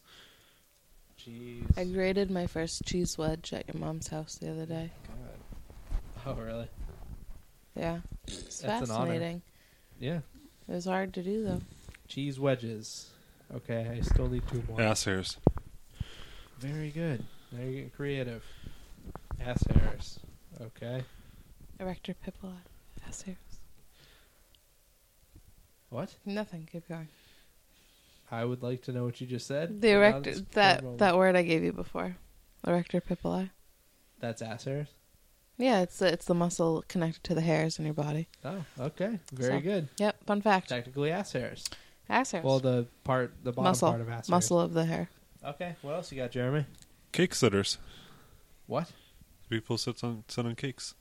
cheese."
I grated my first cheese wedge at your mom's house the other day.
God. Oh, really?
Yeah. It's
That's an honor.
fascinating.
Yeah,
It was hard to do though.
cheese wedges. Okay, I still need two more.
Ass hairs.
Very good. Now you're getting creative. Ass hairs. Okay.
Erector Pippola. That's it.
What?
Nothing. Keep going.
I would like to know what you just said.
The
Now
erector
that's
that
plural.
that word I gave you before. Erector Pippola.
That's ass hairs.
Yeah, it's the, it's the muscle connected to the hairs in your body.
Oh, okay. Very
So-
good.
Yep. Fun fact.
Technically, ass hairs.
Ass hairs.
Well, the part, the bottom
muscle.
part of ass hairs.
muscle of the hair.
Okay, what else you got, Jeremy?
Cake sitters.
What?
People sit on sit on cakes.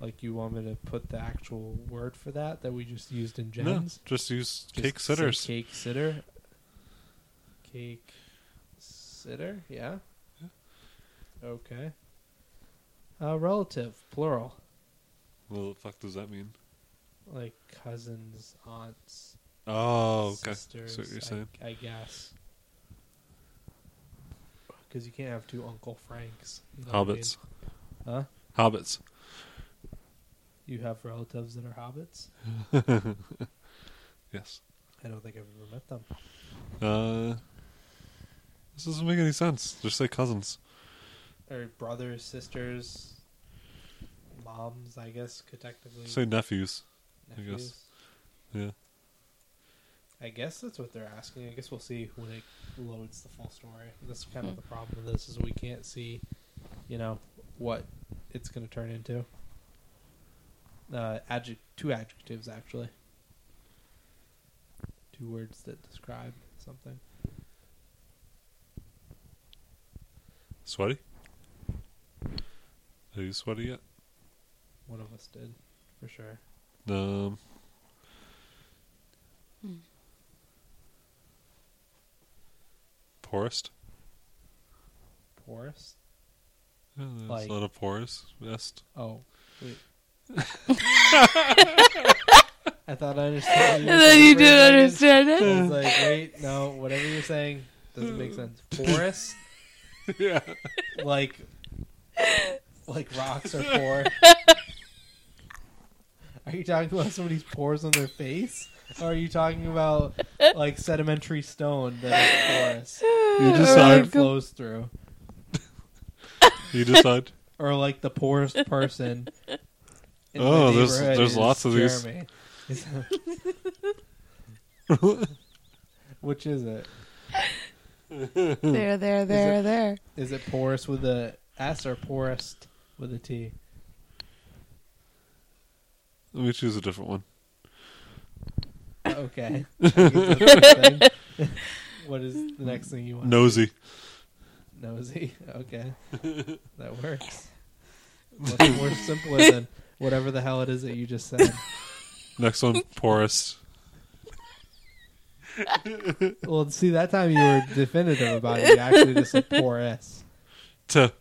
Like you want me to put the actual word for that that we just used in
No,
Jen's?
just use
Just
cake
say
sitters.
Cake sitter. Cake sitter. Yeah. Okay. Uh, relative, plural,
Well, the fuck does that mean?
like cousins, aunts,
Oh, okay.
sisters.
So what you're saying?
I, I guess. Because you can't have two Uncle Franks. you know what I mean?
Hobbits.
Huh?
Hobbits.
You have relatives that are hobbits?
Yes.
I don't think I've ever met them.
Uh, this doesn't make any sense. Just say cousins.
or brothers, sisters, moms, I guess could technically
Say nephews.
nephews. I guess.
guess. Yeah.
that's what they're asking. I guess we'll see when it loads the full story. That's kind of the problem with this is we can't see, you know, what it's going to turn into. Uh, adject two adjectives actually. two words that describe something.
Sweaty? Are you sweaty yet?
One of us did, for sure.
Um,
Hmm.
poorest?
Porous.
Yeah, that's
Like-
not a porous vest.
Oh, wait. I thought I understood.
And
what you were saying
then you
for a
didn't
second.
understand it.
I was like, wait, no, whatever you're saying doesn't make sense. Porous,
yeah.
like, like rocks are poor. Are you talking about somebody's pores on their face, or are you talking about like sedimentary stone that is porous
You
Or
that it
decide.
like a-
flows through,
You decide.
or like the poorest person? in the
Oh, there's-
neighborhood
there's
is
lots of these.
Jeremy. these. Which is it?
there, there, there, there.
Is it porous with a S or poorest with a T?
Let me choose a different one.
Okay. I guess that's the thing. what is the next thing you want?
Nosy.
Nosy. Okay. That works. Nothing more simpler than whatever the hell it is that you just said.
Next one, porous.
Well, see, that time you were definitive about it. You actually just said porous.
T.
God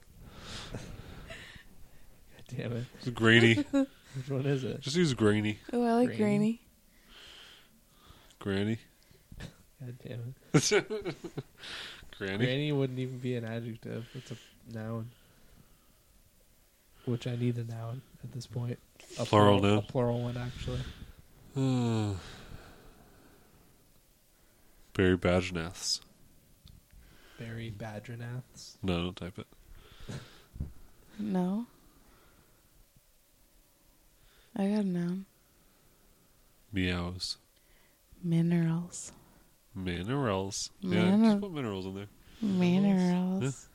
damn it.
Grainy.
Which one is it?
Just use grainy.
Oh, I like
Grainy.
Granny.
grainy.
God damn it.
Granny.
Granny wouldn't even be an adjective. It's a noun. Which I need a noun at this point. A
Plural
A
noun.
plural one, actually.
Uh, Barry Badgenaths.
Barry Badrinaths.
No, don't type it.
No. I got a noun.
Meows.
Minerals.
Minerals. Yeah,
Mineral-
just put minerals in there.
Minerals.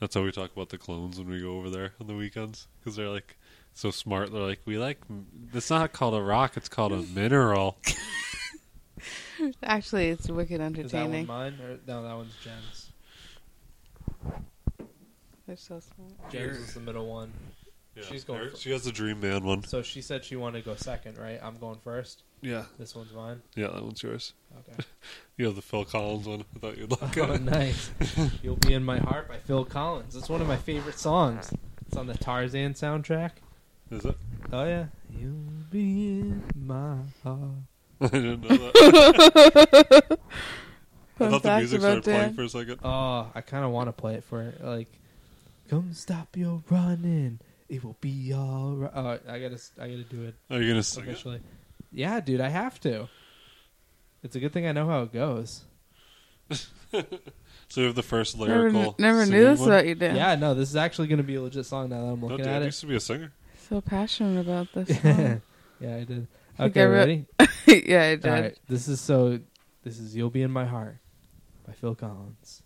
That's how we talk about the clones when we go over there on the weekends. Because they're like so smart. They're like, we like. m- It's not called a rock, it's called a mineral.
Actually, it's
Is
wicked
that one
entertaining.
mine? Or, no, that one's Jen's.
They're so smart.
Jen's is the middle one.
Yeah.
She's going
Eric-
for-
She has the Dream Man one.
So she said she wanted to go second, right? I'm going first.
Yeah.
This one's mine.
Yeah, that one's yours.
Okay.
You have the Phil Collins one. I thought you'd like
oh,
it.
nice. You'll Be in My Heart by Phil Collins. It's one of my favorite songs. It's on the Tarzan soundtrack.
Is it?
Oh, yeah. You'll be in my heart.
I didn't know that. I
Fun
thought the
fact
music
about
started playing
Dan.
for a second.
Oh, I kind of want to play it for like, come stop your running. It will be all right. Oh, I gotta, I gotta do it
Are you going to sing it?
officially. Yeah, dude, I have to. It's a good thing I know how it goes.
So we have the first
Never,
lyrical.
kn- never
singing
knew this
one.
about you, Dan.
Yeah, no, this is actually gonna be a legit song now that I'm
No,
looking
Dan
at
used
it.
to be a singer.
So passionate about this.
yeah,
song.
I did.
I think
Okay,
I wrote-
ready?
yeah, I did.
All right, this is so. This is "You'll Be in My Heart" by Phil Collins.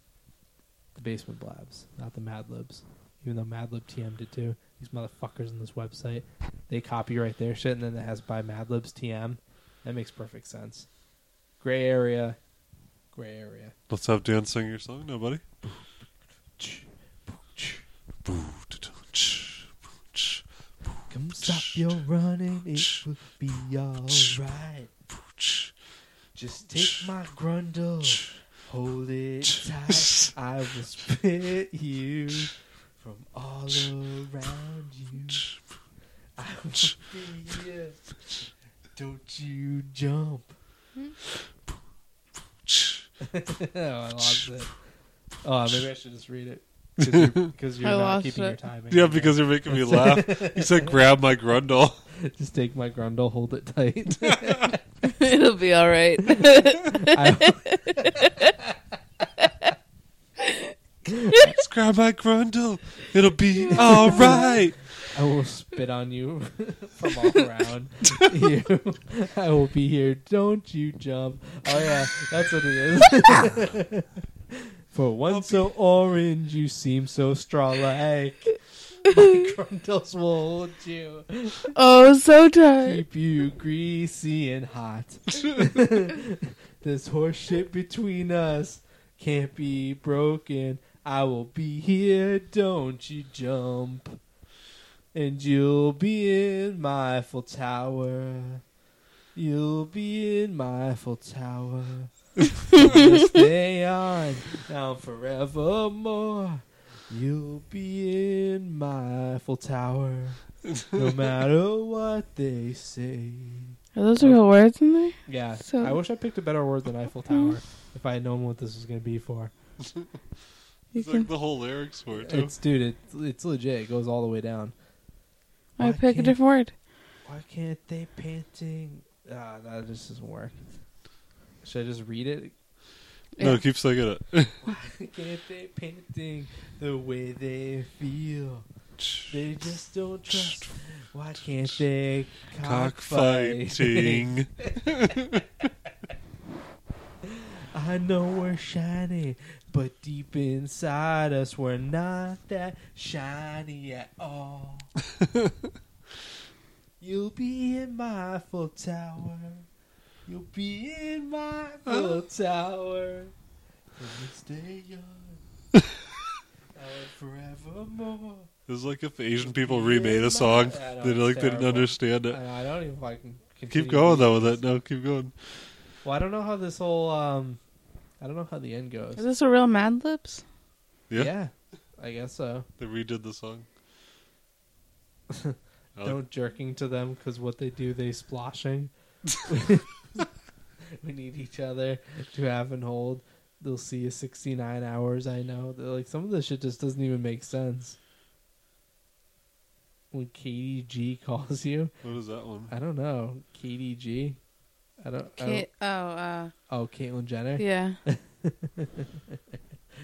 The Basement Blabs, not the Mad Libs. Even though Mad Lib TM'd it too. These motherfuckers on this website, they copyright their shit, and then it has by Mad Libs TM. That makes perfect sense. Gray area, gray area.
Let's have Dan sing your song now, buddy.
Come stop your running, it will be alright. Just take my grundle, hold it tight. I will spit you from all around you. I will be it. Don't you jump.
Hmm?
oh, I lost it. Oh, maybe I should just read it. Because you're,
I
not
lost
keeping
it.
your timing.
Yeah, because you're making me laugh. You said grab my grundle.
Just take my grundle, hold it tight.
It'll be all right.
I,
Let's grab my grundle. It'll be all right.
I will spit on you from all around you. I will be here. Don't you jump. Oh, yeah, that's what it is. For one so orange, you seem so straw like. My grundles will hold you,
Oh, so tired.
keep you greasy and hot. this horseshit between us can't be broken. I will be here, don't you jump. And you'll be in my full tower. You'll be in my full tower. You'll stay on down forevermore. You'll be in my full tower. No matter what they say.
Are those real words in there?
Yeah.
So-
I wish I picked a better word than Eiffel Tower if I had known what this was going to be for.
You
It's like
can.
the whole lyrics for it, too.
It's dude, it, it's legit. It goes all the way down.
I
Why
pick a
can't-
different word.
Why can't they painting? Ah, that just doesn't work. Should I just read it?
No, keep singing it.
Why can't they painting the way they feel? They just don't trust. Why can't they cockfight?
Cockfighting.
I know we're shiny, but deep inside us, we're not that shiny at all. You'll be in my full tower. You'll be in my full tower. And you stay young. and forevermore.
It's like if Asian people remade a song,
I know,
they like
it's
they didn't
terrible.
understand
I,
it.
know, I don't even fucking.
Keep
continue
going though with
reading
it. No, keep going.
this. Well, I don't know how this whole. um I don't know how the end goes.
Is this a real Mad Libs?
Yeah,
yeah, I guess so.
they redid the song. I like-
don't jerking to them because what they do they splashing we need each other to have and hold they'll see you 69 hours i know They're like some of this shit just doesn't even make sense when kdg calls you
what is that one?
i don't know kdg i don't, I don't
Kate, oh, uh,
oh caitlyn jenner
yeah.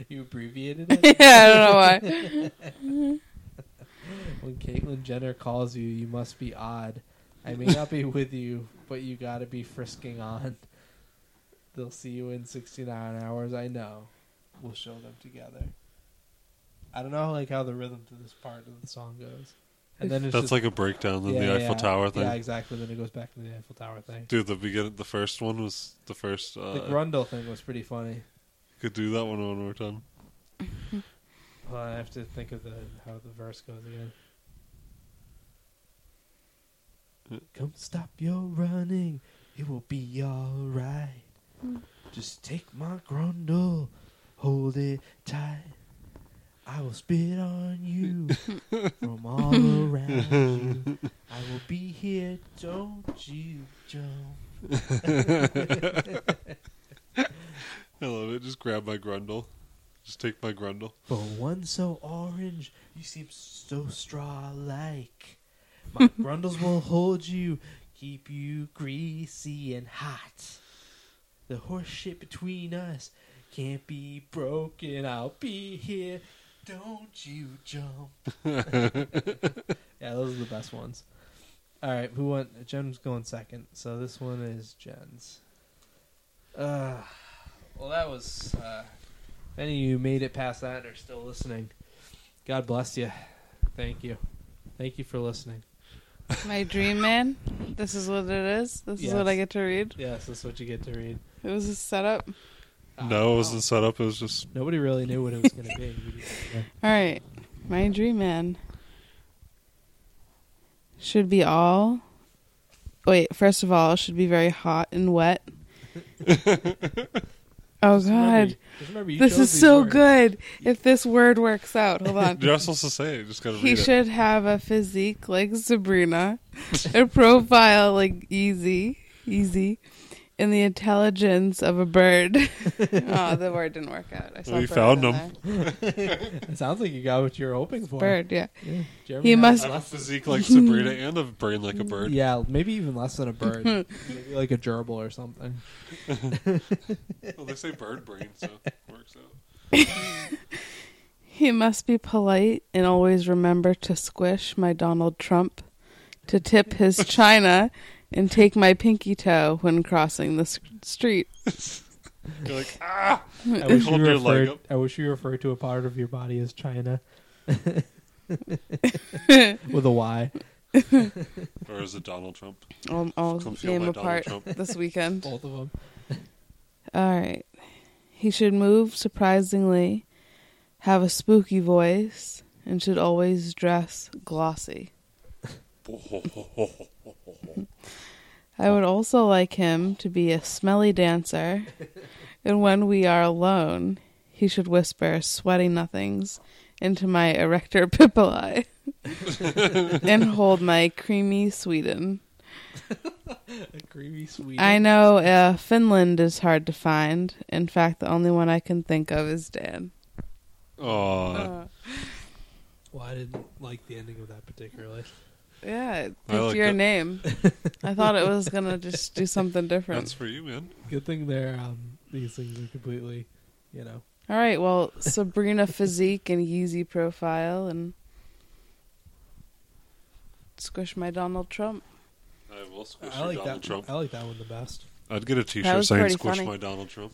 you abbreviated
yeah,
it
I don't know why.
when caitlyn jenner calls you you must be odd i may not be with you but you gotta be frisking on They'll see you in 69 hours. I know. We'll show them together. I don't know like how the rhythm to this part of the song goes. And then it's
That's
just,
like a breakdown than
Yeah,
the Eiffel
yeah.
Tower thing.
Yeah, exactly. Then it goes back to the Eiffel Tower thing.
Dude, the beginning, the first one was the first.
the
Uh,
Grundle thing was pretty funny.
Could do that one one more time.
Well, I have to think of the how the verse goes again. Come stop your running, it will be alright. Just take my grundle, hold it tight. I will spit on you from all around you. I will be here, don't you jump.
I love it. Just grab my grundle. Just take my grundle.
For one so orange, you seem so straw like. My grundles will hold you, keep you greasy and hot. The horseshit between us can't be broken. I'll be here. Don't you jump. yeah, those are the best ones. All right, who went? Jen's going second, so this one is Jen's. Uh, well, that was. Uh, if any of you made it past that and are still listening, God bless you. Thank you. Thank you for listening.
My dream man. This is what it is. This is what I
Yes.
get to read.
Yes, that's what you get to read.
It was a setup.
no, it
Oh,
wasn't set up. It was just
Nobody really knew what it was going to be. We just-
All right. My dream man should be all. Wait, first of all, should be very hot and wet. oh,
Just remember-
God.
just remember you
This
chose
is
these
so
words.
good. If this word works out, hold on.
You're not supposed to say it. You just gotta
He
read
should have a physique like Sabrina, a profile like Easy, Easy, and the intelligence of a bird. oh, the word didn't work out. I saw
We
bird
found
in
him.
there.
It sounds like you got what you were hoping for.
Bird, yeah.
Yeah. Jeremy
He
had
it.
must-
I have a
less-
physique like Sabrina and a brain like a bird.
Yeah, maybe even less than a bird. maybe like a gerbil or something.
Well, they say bird brain, so it works out.
He must be polite and always remember to squish my Donald Trump, to tip his china, and take my pinky toe when crossing the s- street.
You're like, ah!
I wish you
Hold your leg
referred.
up.
I wish you referred to a part of your body as China. with a Y.
Or is it Donald Trump?
I'll, Um, I'll
Come feel
name
my
apart
Donald
this weekend.
Both of them.
All right. He should move surprisingly, have a spooky voice, and should always dress glossy. I would also like him to be a smelly dancer, and when we are alone, he should whisper sweaty nothings into my erector pipili and hold my creamy Sweden.
A creamy sweet.
I know uh, Finland is hard to find. In fact, the only one I can think of is Dan.
Oh,
Uh,
Well, I didn't like the ending of that particularly.
yeah, it
I
picked
like
your
that.
name. I thought it was gonna just do something different.
that's for you, man.
Good thing there. Um, these things are completely, you know.
All right, well, Sabrina physique and Yeezy profile and squish my Donald Trump.
I will squish
I like
Donald
that.
Trump.
I like that one the best.
I'd get a
That
T-shirt
was
saying
pretty
"Squish
funny.
my Donald Trump."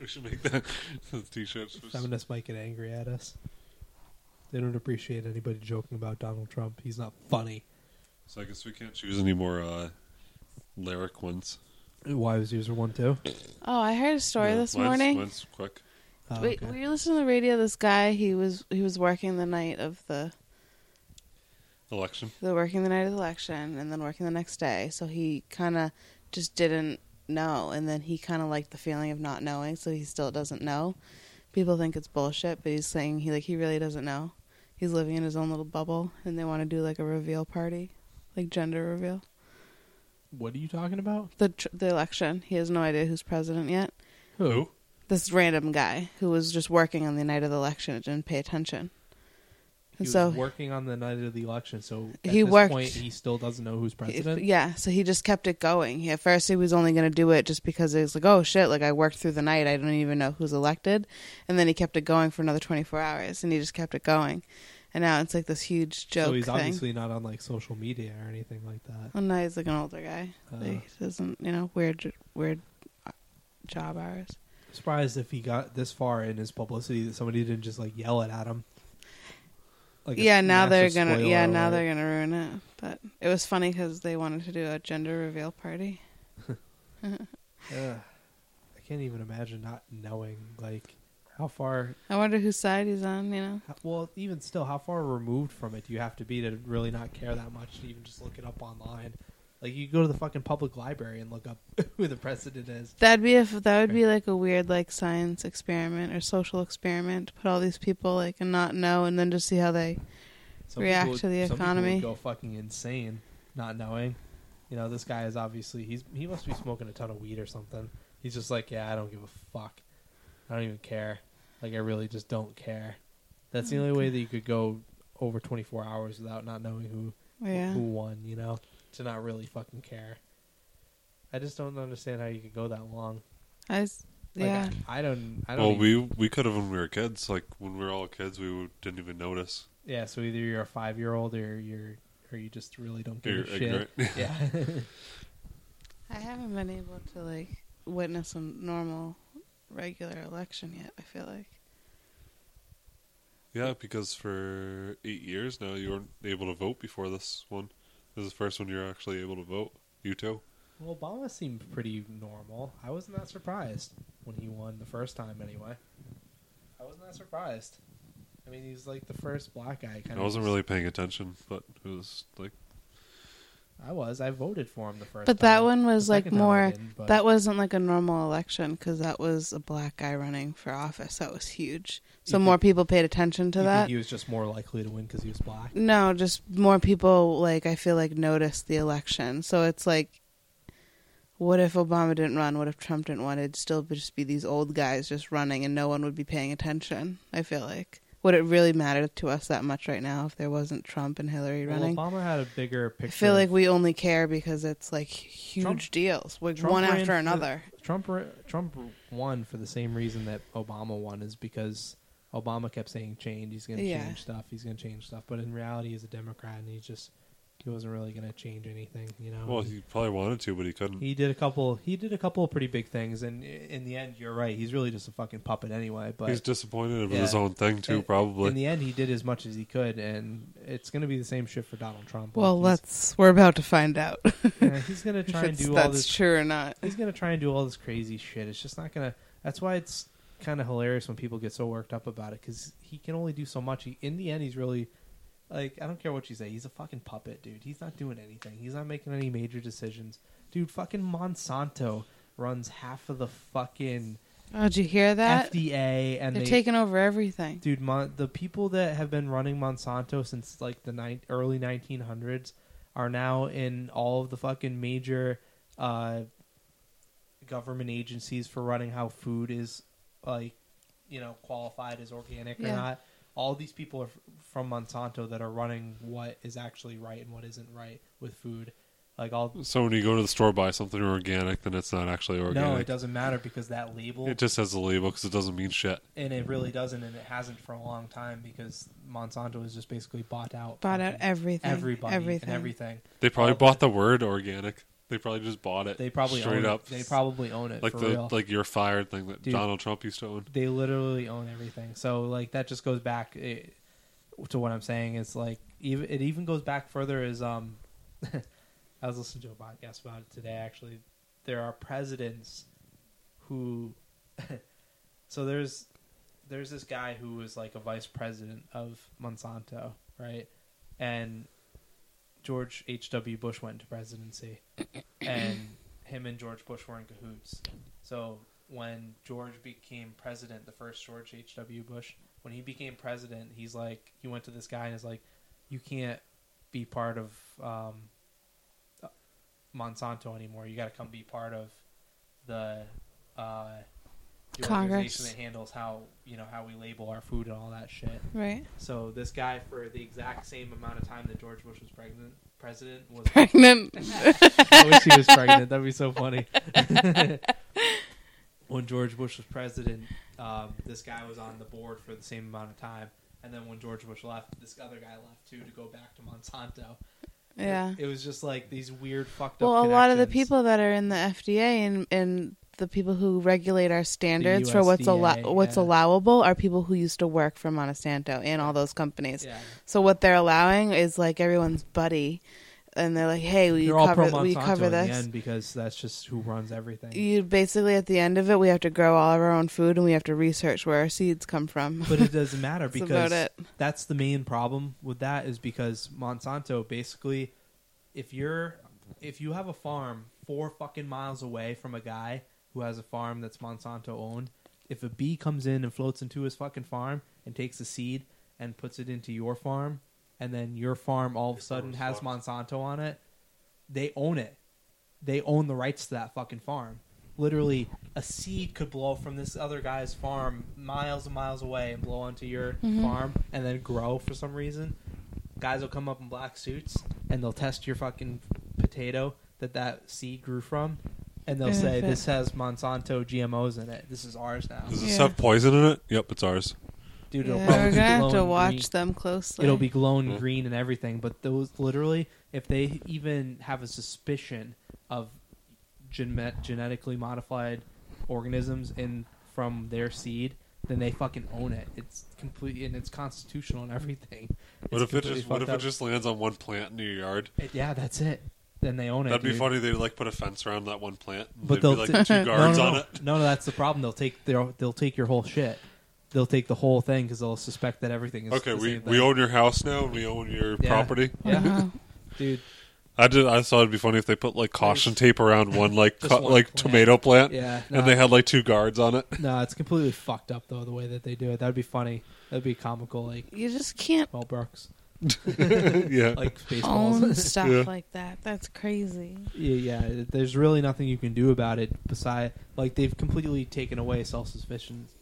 we should make that those T-shirts.
Feminists might get angry at us. They don't appreciate anybody joking about Donald Trump. He's not funny.
So I guess we can't choose any more uh, lyric ones.
Why was yours one too?
Oh, I heard a story
No,
this
mine's-
morning.
Mine's quick.
Oh,
Wait,
okay.
were you listening to the radio? This guy, he was he was working the night of the
Election.
the working the night of the election and then working the next day. So he kind of just didn't know, and then he kind of liked the feeling of not knowing. So he still doesn't know. People think it's bullshit, but he's saying he like he really doesn't know. He's living in his own little bubble, and they want to do like a reveal party, like gender reveal.
What are you talking about?
The tr- the election. He has no idea who's president yet.
Who?
This random guy who was just working on the night of the election and didn't pay attention.
He
And
was
so
working on the night of the election, so at
He
this
worked-
point he still doesn't know who's
He-
president.
yeah, so he just kept it going. He, at first, he was only going to do it just because it was like, oh shit, like I worked through the night. I don't even know who's elected. And then he kept it going for another 24 hours and he just kept it going. And now it's like this huge joke
so he's
thing.
obviously not on like social media or anything like that.
and now he's like an older guy.
Uh,
Like, he doesn't, you know, weird, j- weird uh, job hours.
surprised if he got this far in his publicity that somebody didn't just like yell it at him. Like a
yeah, now they're
massive
gonna.
spoiler
Yeah, now
alert.
they're gonna ruin it. But it was funny because they wanted to do a gender reveal party.
Ugh. I can't even imagine not knowing like how far.
I wonder whose side he's on. You know.
How, well, even still, how far removed from it do you have to be to really not care that much to even just look it up online? Like you go to the fucking public library and look up who the president is.
That'd be if that would be like a weird like science experiment or social experiment to put all these people like and not know and then just see how they
Some
React
people-
to the
some people would
economy.
go fucking insane, not knowing. You know, this guy is obviously he's he must be smoking a ton of weed or something. He's just like, yeah, I don't give a fuck. I don't even care. Like I really just don't care. That's the only way that you could go over 24 hours without not knowing who
yeah
who won. You know, to not really fucking care. I just don't understand how you could go that long.
I s-
Like,
yeah
I, I don't. I don't.
Well,
e-
we we could have when we were kids. Like when we were all kids, we would- didn't even notice.
yeah. So either you're a five year old or you're or you just really don't give
You're
a shit.
ignorant.
Yeah.
I haven't been able to like witness a normal regular election yet I feel like
yeah, because for eight years now, you weren't able to vote before this one. This is the first one you're actually able to vote. You too.
Well, Obama seemed pretty normal. I wasn't that surprised when he won the first time, anyway. I wasn't that surprised. I mean, he's like the first black guy. Kind
I wasn't really paying attention, but it was like
I was. I voted for him the first.
But that
time.
one was,
The
like,
second time I
more-
didn't, but-
that wasn't like a normal election cuz that was a black guy running for office that was huge so
You
more
think-
people paid attention to
You think
that
He was just more likely to win because he was black.
No, just more people like I feel like noticed the election. So it's like what if Obama didn't run? What if Trump didn't run? It'd still be, just be these old guys just running and no one would be paying attention. I feel like would it really matter to us that much right now if there wasn't Trump and Hillary
Well,
running?
Obama had a bigger
I
picture.
feel like
of-
we only care because it's like huge
Trump-
deals, like
Trump
one
ran
after
for-
another.
Trump ra- Trump won for the same reason that Obama won is because Obama kept saying change. He's going to
Yeah.
change stuff. He's going to change stuff. But in reality, he's a Democrat and he's just he wasn't really going to change anything, you know.
Well, he probably wanted to, but he couldn't.
He did a couple. He did a couple of pretty big things, and i- in the end, you're right. He's really just a fucking puppet anyway. But
He's disappointed with
Yeah.
his own thing too,
in-
probably.
in the end, he did as much as he could, and it's going to be the same shit for Donald Trump.
Well,
Like,
let's. We're about to find out
he's, yeah, he's going to
if
try and
it's,
do all
that's
this.
true or not.
He's going to try and do all this crazy shit. It's just not going to. That's why it's kind of hilarious when people get so worked up about it because he can only do so much. He, in the end, he's really like I don't care what you say. He's a fucking puppet, dude. He's not doing anything. He's not making any major decisions, dude. Fucking Monsanto runs half of the fucking.
Oh, did you hear that?
FDA and
They're
they
taking over everything.
dude Mon- the people that have been running Monsanto since like the nine early 1900s are now in all of the fucking major uh, government agencies for running how food is like you know qualified as organic or
Yeah.
not. All these people are f- from Monsanto that are running what is actually right and what isn't right with food. Like all
so when you go to the store buy something organic, then it's not actually organic.
no, it doesn't matter because that label
It just has a label because it doesn't mean shit.
and it really doesn't, and it hasn't for a long time because Monsanto has just basically bought out
Bought out
fucking
everything.
everybody
Everything.
and everything.
They probably
All
bought the word organic. They probably just bought it.
They probably
straight
own
up.
It. They probably own it
like
for
the
real.
like you're fired thing that
Dude.
Donald Trump used to own.
they literally own everything. So like that just goes back eh, to what I'm saying. It's like even it even goes back further. Is um, I was listening to a podcast about it today. Actually, there are presidents who, so there's there's this guy who was like a vice president of Monsanto, right? And George H. W. Bush went into presidency, and him and George Bush were in cahoots. So when George became president, the first George H. W. Bush, when he became president, he's like he went to this guy and is like, "You can't be part of um, Monsanto anymore. You got to come be part of the uh, the
Congress.
organization that handles how you know how we label our food and all that shit."
Right?
So this guy, for the exact same amount of time that George Bush was pregnant, president was.
Pregnant.
I wish he was pregnant. That'd be so funny. when George Bush was president, um, this guy was on the board for the same amount of time, and then when George Bush left, this other guy left too to go back to Monsanto.
Yeah.
It, it was just like these weird fucked up.
Well, a lot of the
connections.
people that are in the FDA and and the people who regulate our standards for what's
USDA,
allo- what's
yeah.
allowable are people who used to work for Monsanto and all those companies.
Yeah.
So what they're allowing is like everyone's buddy, and they're like, "Hey, we
They're all pro
cover
Monsanto
we cover
in the
this."
end because that's just who runs everything.
You basically at the end of it, we have to grow all of our own food, and we have to research where our seeds come from.
but it doesn't matter
That's about
because
it.
that's the main problem with that is because Monsanto basically if you're if you have a farm four fucking miles away from a guy who has a farm that's Monsanto owned, if a bee comes in and floats into his fucking farm and takes a seed and puts it into your farm and then your farm all of a sudden has Monsanto on it, they own it. They own the rights to that fucking farm. Literally, a seed could blow from this other guy's farm miles and miles away and blow onto your
Mm-hmm.
farm and then grow for some reason. Guys will come up in black suits and they'll test your fucking potato that that seed grew from, and they'll
And
say
if it-
this has Monsanto GMOs in it. This is ours now,
Does
Yeah.
it have poison in it? Yep, it's ours.
dude. It'll
Yeah,
probably
we're
be
gonna have to
glowing
watch
green.
them closely.
It'll be glowing
Mhm.
green and everything, but those literally, if they even have a suspicion of gene- genetically modified organisms in from their seed, then they fucking own it. It's complete and it's constitutional and everything.
What
It's
if it
completely
just what if
fucked
it
up.
just lands on one plant in your yard?
It- yeah, that's it. Then they own it.
That'd be
dude.
funny. They'd like put a fence around that one plant. and
But
there'd be
they'll
like
t-
two
No,
guards
no,
on
no.
it.
No, no, that's the problem. They'll take their they'll take your whole shit. They'll take the whole thing because they'll suspect that everything is
Okay,
the
we,
same thing.
we own your house now. We own your
Yeah.
property.
yeah,
Wow.
dude.
I did. I thought it'd be funny if they put like caution tape around one like
Just
co-
one
like
plant.
tomato plant,
Yeah,
and
no.
they had like two guards on it.
No, it's completely fucked up though the way that they do it. That'd be funny. That'd be comical, like
you just can't
Mel Brooks,
yeah,
like Spaceballs.
own stuff
Yeah.
like that. That's crazy.
yeah, yeah, there's really nothing you can do about it. Beside, like they've completely taken away self sufficiency.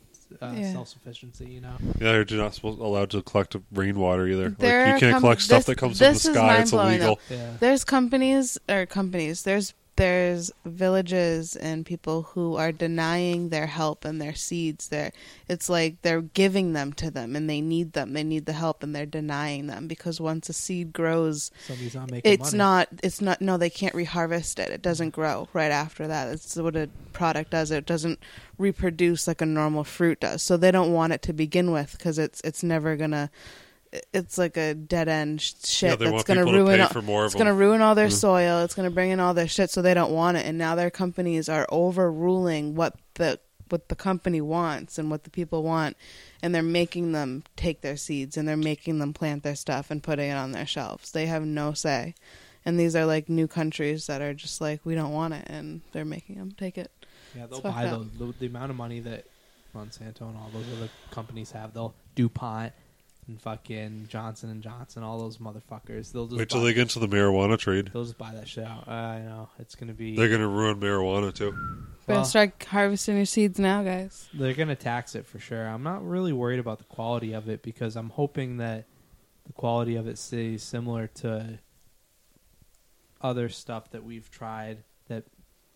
Uh,
Yeah.
Self sufficiency, you know.
yeah, you're not supposed allowed to collect rainwater either. Like
There
you can't
come-
collect stuff
this-
that comes from the
this is
sky. It's
mind-blowing,
illegal.
Yeah,
There's companies or companies. There's there's villages and people who are denying their help and their seeds They're it's like they're giving them to them and they need them they need the help and they're denying them because once a seed grows
Somebody's not making
it's
money.
not it's not no they can't reharvest it it doesn't grow right after that it's what a product does it doesn't reproduce like a normal fruit does so they don't want it to begin with because it's it's never gonna it's like a dead end sh- shit
they
that's
want
gonna
people to
ruin
pay
all-
for more of
it's gonna
them.
ruin all their soil it's gonna bring in all their shit so they don't want it and now their companies are overruling what the what the company wants and what the people want and they're making them take their seeds and they're making them plant their stuff and putting it on their shelves. They have no say. And these are like new countries that are just like we don't want it and they're making them take it.
Yeah, they'll
It's fucked
buy the,
up.
the the amount of money that Monsanto and all those other companies have. They'll DuPont and fucking Johnson and Johnson, all those motherfuckers. They'll just
Wait
buy,
till they get into the marijuana trade.
will just buy that shit out. I know it's gonna be
They're
they're,
gonna ruin marijuana too.
Better
Well-
start harvesting your seeds now, guys.
gonna tax it for sure. I'm not really worried about the quality of it because I'm hoping that the quality of it stays similar to other stuff that we've tried that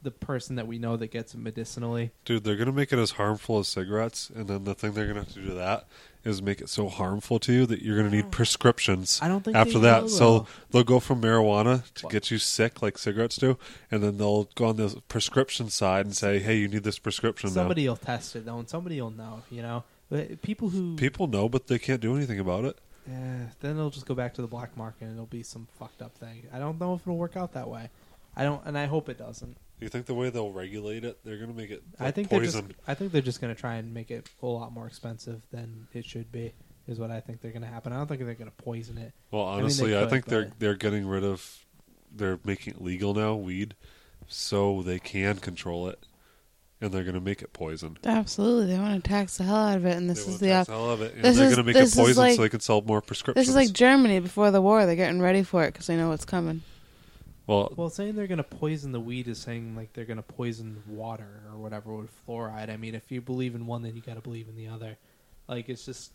the person that we know that gets it medicinally
Dude, they're gonna make it as harmful as cigarettes, and then the thing they're gonna have to do to that is make it so harmful to you that you're gonna
Oh.
need prescriptions.
I don't think
after
they
that,
will,
so
though.
they'll go from marijuana to
What?
get you sick like cigarettes do, and then they'll go on the prescription side and say, "Hey, you need this prescription."
somebody will test it though and somebody will know you know but people who
now. people know, but they can't do anything about it.
Yeah, then it'll just go back to the black market and it'll be some fucked up thing. I don't know if it'll work out that way. I don't, and I hope it doesn't.
Do you think the way they'll regulate it, they're gonna make it? Like
I think
poison.
they're just, I think they're just going to try and make it a lot more expensive than it should be. Is what I think they're going to happen. I don't think they're going to poison it.
Well,
mean, they
honestly, I,
could,
think they're
but-
they're getting rid of they're making it legal now weed, so they can control it, and they're going to make it poison.
Absolutely. They want to tax the hell out of it and this
they want
is the
to tax
op-
the hell of it, and
this
they're
is-
going to make
this
it
is
poison
like-
so they can sell more prescriptions.
This is like Germany before the war. They're getting ready for it cuz they know what's coming.
well,
Well, saying they're going to poison the weed is saying like they're going to poison water or whatever with fluoride. I mean, if you believe in one, then you got to believe in the other. Like it's just,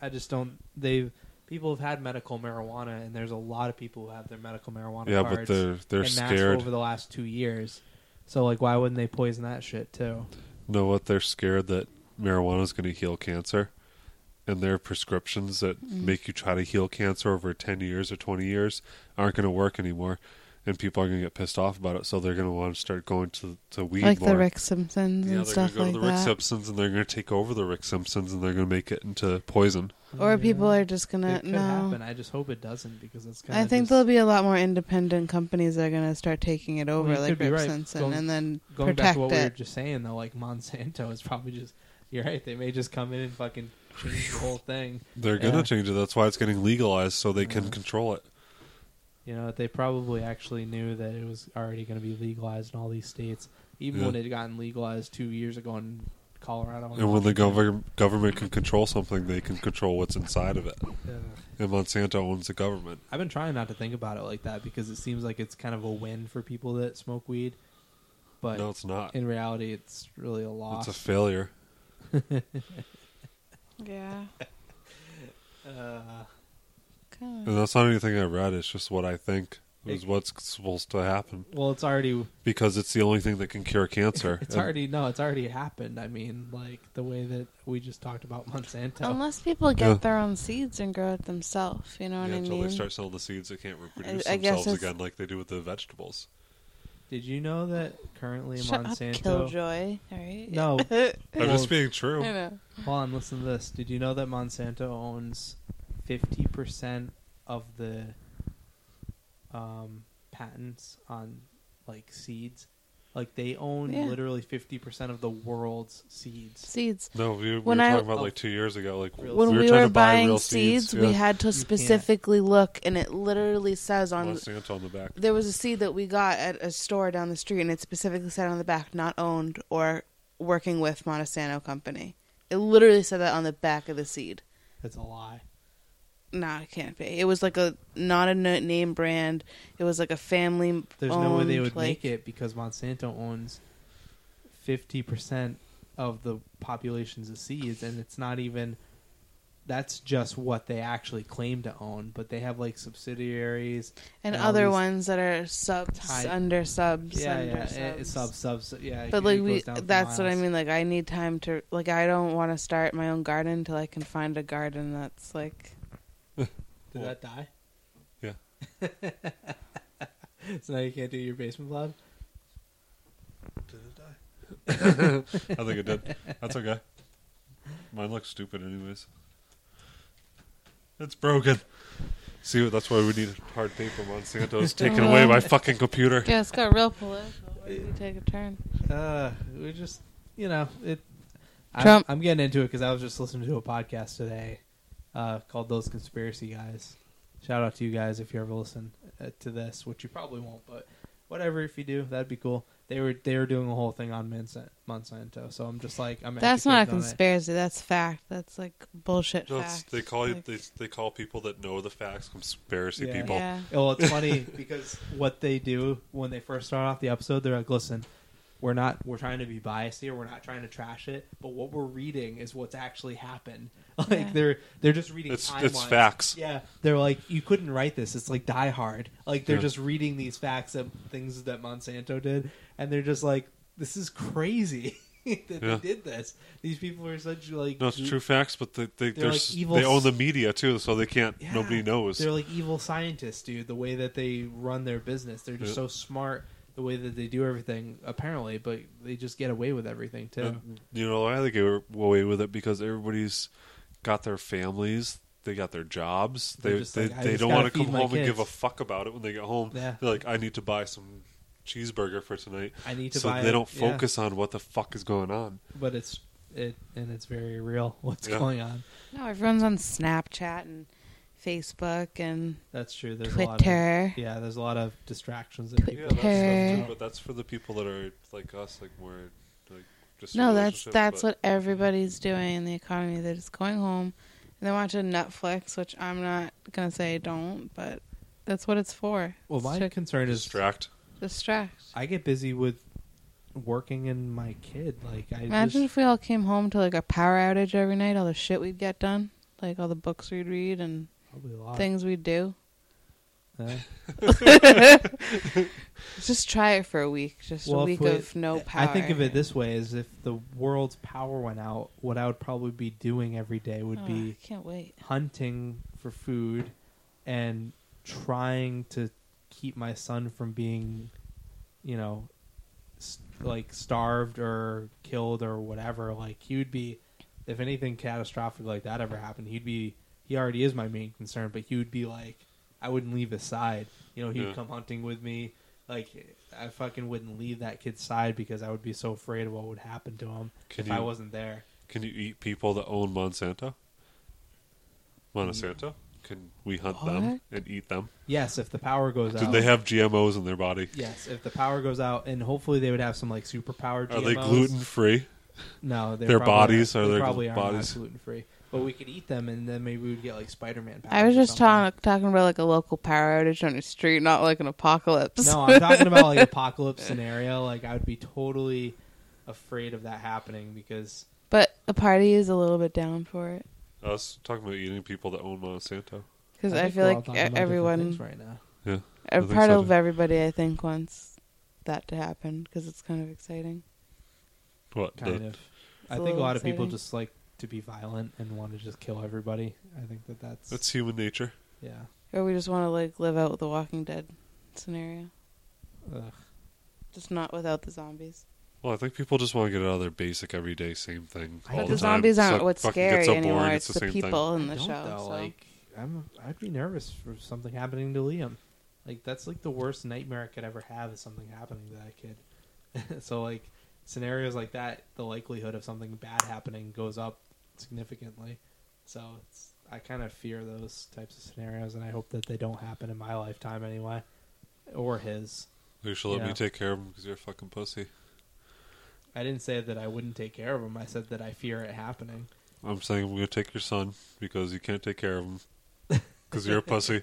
I just don't. They people have had medical marijuana, and there's a lot of people who have their medical marijuana.
yeah,
cards.
but they're they're
and that's
scared.
over the last two years. So like, why wouldn't they poison that shit too?
know what? They're scared that marijuana is going to heal cancer, and their prescriptions that
Mm-hmm.
make you try to heal cancer over ten years or twenty years aren't going to work anymore. And people are going to get pissed off about it, so they're going to want to start going to to weed
Like
more.
the Rick Simpsons
Yeah,
and
they're going
stuff
to go
like
to the Rick
that.
Simpsons and they're going to take over the Rick Simpsons and they're going to make it into poison.
or people are just going
Mm-hmm. It
to
could
no.
happen. I just hope it doesn't because it's kind
I
of.
think there'll be a lot more independent companies that are going to start taking it over,
you could
like
be
Rip
right.
Simpson,
Going-
and then
going back
protect
to what we were
it.
just saying though. Like Monsanto is probably just. You're right. They may just come in and fucking change the whole thing.
They're going to
Yeah.
change it. That's why it's getting legalized so they can
Yeah.
control it.
You know, they probably actually knew that it was already going to be legalized in all these states, even
Yeah.
when it had gotten legalized two years ago in Colorado.
And when the gov- government can control something, they can control what's inside of it.
Ugh.
And Monsanto owns the government.
I've been trying not to think about it like that because it seems like it's kind of a win for people that smoke weed, but
No, it's not.
in reality, it's really a loss.
It's a failure.
Yeah,
uh,
And that's not anything I read. It's just what I think is
It-
what's supposed to happen
well, it's already
because it's the only thing that can cure cancer.
it's
And
already no, it's already happened. I mean, like the way that we just talked about Monsanto.
Unless people
get
get
Yeah.
their own seeds and grow it themselves, you know
yeah,
what I
until
mean?
they start selling the seeds, they can't reproduce
I guess
themselves
it's-
again like they do with the vegetables.
Did you know that currently
Shut
Monsanto?
up, Killjoy. All right.
No,
I'm
Well,
just being true.
I know.
Hold on, listen to this. Did you know that Monsanto owns fifty percent of the um, patents on like seeds? Like they own
Yeah.
literally fifty percent of the world's seeds.
Seeds.
No, we, we
When
were
I-
talking about
Oh.
like two years ago. Like
Real
When
we
we
were,
were,
trying to buy
buying
real
seeds,
seeds,
we
yeah.
had to
can't.
specifically look, and it literally says on
Monsanto on the back.
there was a seed that we got at a store down the street, and it specifically said on the back, "Not owned or working with Monsanto Company." It literally said that on the back of the seed.
That's a lie.
Nah, it can't be. It was like a not a no- name brand. It was like a family.
There's no way they
owned,
would
like-
make it because Monsanto owns fifty percent of the populations of seeds, and it's not even that's just what they actually claim to own, but they have like subsidiaries.
and
and all
other
these-
ones that are subs
Tied-
under subs.
Yeah,
under
yeah, eh,
subs.
sub, sub, sub, yeah. it
But
goes
like we,
down for
that's what I
miles.
mean. Like I need time to like I don't want to start my own garden until I can find a garden that's like
Did that die?
Yeah.
so now you can't do your basement vlog.
I think it did. That's okay. Mine looks stupid, anyways. It's broken. See, that's why we need hard paper. Monsanto was taken away by fucking computer.
yeah, it's got real political. Why did we take a turn?
Uh, we just, you know, it.
Trump.
I'm, I'm getting into it because I was just listening to a podcast today uh, called "Those Conspiracy Guys." Shout out to you guys if you ever listen uh, to this, which you probably won't, but whatever. If you do, that'd be cool. They were they were doing a whole thing on Monsan- Monsanto, so I'm just like, I'm
That's not a
educated on it.
conspiracy. That's fact. That's like bullshit
No, it's-
fact.
they call you
Like,
they, they call people that know the facts conspiracy
Yeah.
people.
yeah.
Well, it's funny because what they do when they first start off the episode, they're like, "Listen, we're not we're trying to be biased here. We're not trying to trash it, but what we're reading is what's actually happened." Like
Yeah.
they're they're just reading.
It's
timelines.
it's facts.
Yeah, they're like, "You couldn't write this." It's like Die Hard. Like they're
Yeah.
just reading these facts of things that Monsanto did, and they're just like, "This is crazy." that
Yeah.
they did this. These people are such like
No, it's
geek-
true facts, but they they
They're
they're
like
s-
evil
they own
s-
the media too, so they can't.
Yeah.
Nobody knows.
They're like evil scientists, dude. The way that they run their business, they're just
Yeah.
so smart. The way that they do everything, apparently, but they just get away with everything too.
And, you know, I think they get away with it because everybody's got their families, they got their jobs.
They're
They
just
they,
like, I
they
just
don't
gotta
want to
feed
come
my
home and give a
kids.
fuck about it when they get home.
Yeah.
They're like, I need to buy some cheeseburger for tonight.
I need to
so
buy.
they
it.
don't
Yeah.
focus on what the fuck is going on.
but it's it and it's very real. What's
Yeah.
going on?
No, everyone's on Snapchat and Facebook and
That's true. There's a lot of
Twitter.
yeah. There's a lot of distractions that
Yeah,
people.
that's
Hey.
stuff too, but that's for the people that are like us, like more like just
No, that's that's what everybody's doing in the economy. They're just going home and they're watching Netflix, which I'm not gonna say don't, but that's what it's for.
Well, my
Check-
concern is
distract.
distract.
I get busy with working and my kid. Like I
Imagine
just,
if we all came home to like a power outage every night, all the shit we'd get done, like all the books we'd read and
probably a lot.
things we'd do.
Yeah.
Just try it for a week. Just
Well,
a
if
week
we-
of no power.
I think of it this way: is if the world's power went out, what I would probably be doing every day would
Oh,
be
I can't wait.
hunting for food and trying to keep my son from being, you know, s like starved or killed or whatever. Like he would be, if anything catastrophic like that ever happened, he'd be. He already is my main concern, but he would be like, I wouldn't leave his side. You know, he'd
Yeah.
come hunting with me. Like I fucking wouldn't leave that kid's side because I would be so afraid of what would happen to him
Can
if
you
I wasn't there.
can you eat people that own Monsanto? Monsanto? Can we hunt them and eat them?
Yes, if the power goes
Did
out.
they have GMOs in their body?
Yes, if the power goes out, and hopefully they would have some like superpower. GMOs.
Are they gluten free?
No, they
Their
probably
bodies?
aren't.
Are
they
their
probably
bodies-
are gluten free? But we could eat them, and then maybe we'd get like Spider-Man.
I was
powers or
just
something.
talking talking about like a local power outage on your street, not like an apocalypse.
No, I'm talking about like apocalypse scenario. Like I would be totally afraid of that happening because
but a party is a little bit down for it
I was talking about eating people that own Monsanto.
because I,
think
feel
we're all
like
talking about
e-
different
everyone,
things right now.
Yeah.
a
think
part
so,
of
too.
everybody, I think wants that to happen because it's kind of exciting.
What?
Kind
the-
of. I
a
think a
little
lot of people
exciting.
just like to be violent and want to just kill everybody. I think that that's,
That's human nature.
yeah.
Or we just want to like live out the Walking Dead scenario,
Ugh.
just not without the zombies.
Well, I think people just want to get out of their basic, everyday, same thing.
I
All
But
know.
the,
the
time.
zombies aren't
So it
what's
fucking gets
scary
so
anymore.
boring,
It's, the,
same
people
Thing.
in the
I don't,
show.
though,
so.
Like I'm, I'd be nervous for something happening to Liam. Like that's like the worst nightmare I could ever have is something happening to that kid. so like scenarios like that, the likelihood of something bad happening goes up significantly. So it's I kind of fear those types of scenarios, and I hope that they don't happen in my lifetime anyway, or his.
You should let
Yeah.
me take care of them because you're a fucking pussy.
I didn't say that I wouldn't take care of him. I said that I fear it happening.
I'm saying I'm going to take your son because you can't take care of him because you're a pussy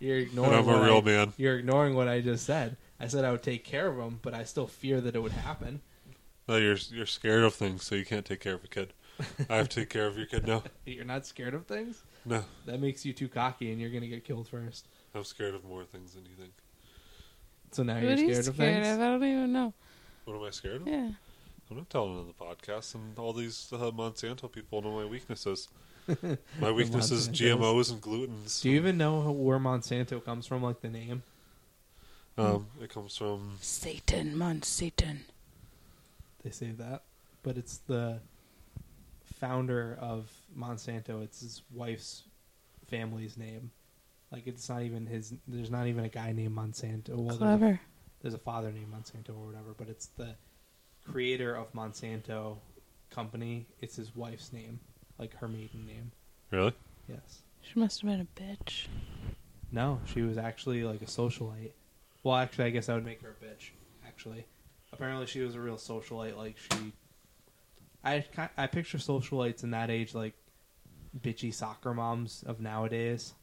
You're ignoring.
and I'm
what
a
I-
real man.
You're ignoring what I just said. I said I would take care of him, but I still fear that it would happen.
No, you're you're scared of things, so you can't take care of a kid. I have to take care of your kid now.
You're not scared of things?
No,
That makes you too cocky and you're going to get killed first.
I'm scared of more things than you think.
So now
What
you're
are
scared,
you
of
scared
things?
of? I don't even know.
What am I scared of?
Yeah.
I'm not telling on the podcast and all these uh, Monsanto people know my weaknesses. My weakness is
Monsantos.
GMOs and glutens.
Do you even know how- where Monsanto comes from, like the name?
Um, it comes from
Satan, man, Satan.
They say that. But it's the founder of Monsanto. It's his wife's family's name. Like, it's not even his. There's not even a guy named Monsanto. Well, uh, there's a
Clever.
there's a father named Monsanto or whatever, but it's the creator of Monsanto company. It's his wife's name, like her maiden name.
really.
Yes.
She must have been a bitch.
No, she was actually like a socialite. Well, actually, I guess I would make her a bitch. Actually, apparently she was a real socialite. Like she, I ki- I picture socialites in that age like bitchy soccer moms of nowadays.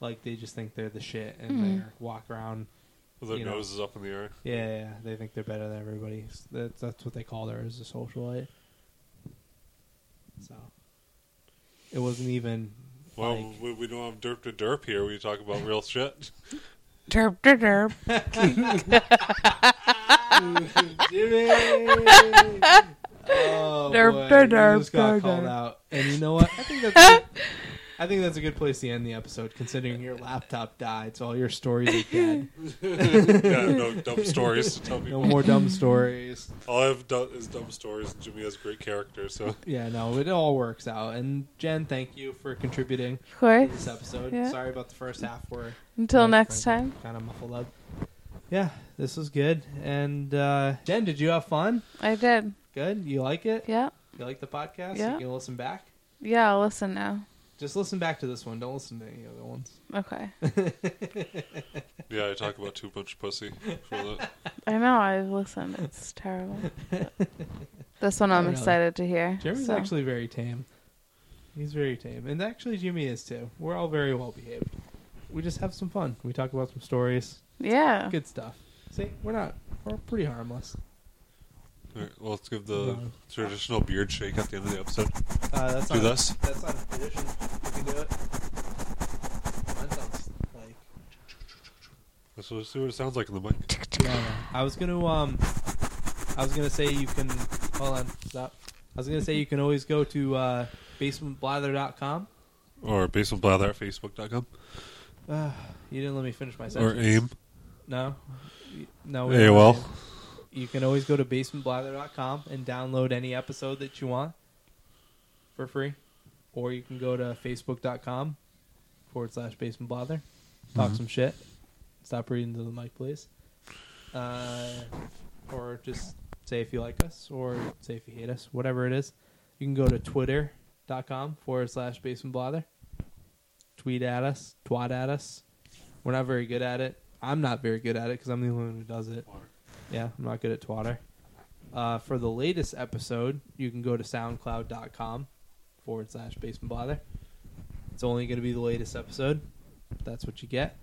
Like they just think they're the shit and
Mhm.
they walk around
With their
You know.
noses up in the air.
Yeah, yeah, yeah. they think they're better than everybody. S- That's that's what they call her as a socialite. So it wasn't even
Well,
like-
we, we don't have derp to derp here. We talk about real shit.
Derp, derp, derp.
Jimmy. Oh,
Derp,
boy.
derp,
You just got
derp, derp,
called
derp.
out. And you know what? I think that's a, I think that's a good place to end the episode, considering your laptop died, so all your stories are dead.
yeah, no dumb stories to tell people.
No more dumb stories.
All I've done is dumb stories. and Jimmy has great character, so
Yeah, no, it all works out. And Jen, thank you for contributing.
Of
this
course.
episode.
Yeah.
Sorry about the first half. We're
Until next time.
Kind of muffled up. Yeah, this was good. And uh, Jen, did you have fun?
I did.
Good. You like it?
Yeah.
You like the podcast?
Yeah.
You can listen back.
Yeah, I'll listen now.
Just listen back to this one. Don't listen to any other ones.
Okay.
yeah, I talk about too much pussy. For that.
I know, I listened. It's terrible. But this one
I
I'm
don't know.
excited to hear.
Jeremy's
so.
actually very tame. He's very tame, and actually Jimmy is too. We're all very well behaved. We just have some fun. We talk about some stories.
Yeah.
Good stuff. See, we're not. We're pretty harmless.
All right, well, let's give the traditional beard shake at the end of the episode.
Uh, that's
Do
not-
this.
That's not a tradition. You can do it. Mine sounds like.
Let's let's see what it sounds like in the mic.
Yeah, yeah. I was gonna um, I was gonna say you can hold on stop. I was gonna say you can always go to uh, basementblather.com.
Or basementblather at facebook.com.
Uh, you didn't let me finish my
Or
sentence.
aim.
No. Y- No. we-
AOL.
You can always go to basementblather.com and download any episode that you want for free, or you can go to facebook.com forward slash basementblather. Talk some shit. Stop reading to the mic, please. Uh, or just say if you like us, or say if you hate us, whatever it is. You can go to twitter.com forward slash basementblather. Tweet at us, twat at us. We're not very good at it. I'm not very good at it because I'm the only one who does it. Yeah, I'm not good at twatter. Uh, for the latest episode, you can go to soundcloud.com forward slash basement bother. It's only going to be the latest episode. That's what you get.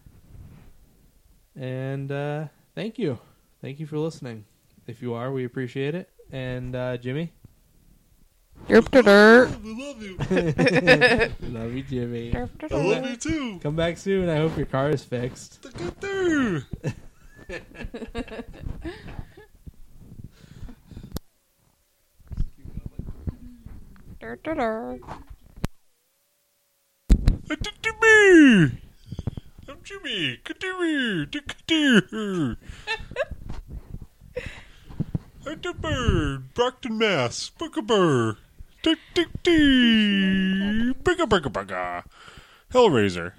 And uh, thank you. Thank you for listening. If you are, we appreciate it. And uh, Jimmy?
Derp, derp, derp.
I love you.
Love you, Jimmy.
Derp, derp,
I love you Oh,
derp.
too.
Come back soon. I hope your car is fixed.
The good there.
Derp, derp, derp.
Jimmy. I'm Jimmy. Good there. The good there. I'm the bird. Brockton, Mass. Bookabur. Tick, tick, tick. Bigga, bigga, bigga. Hellraiser.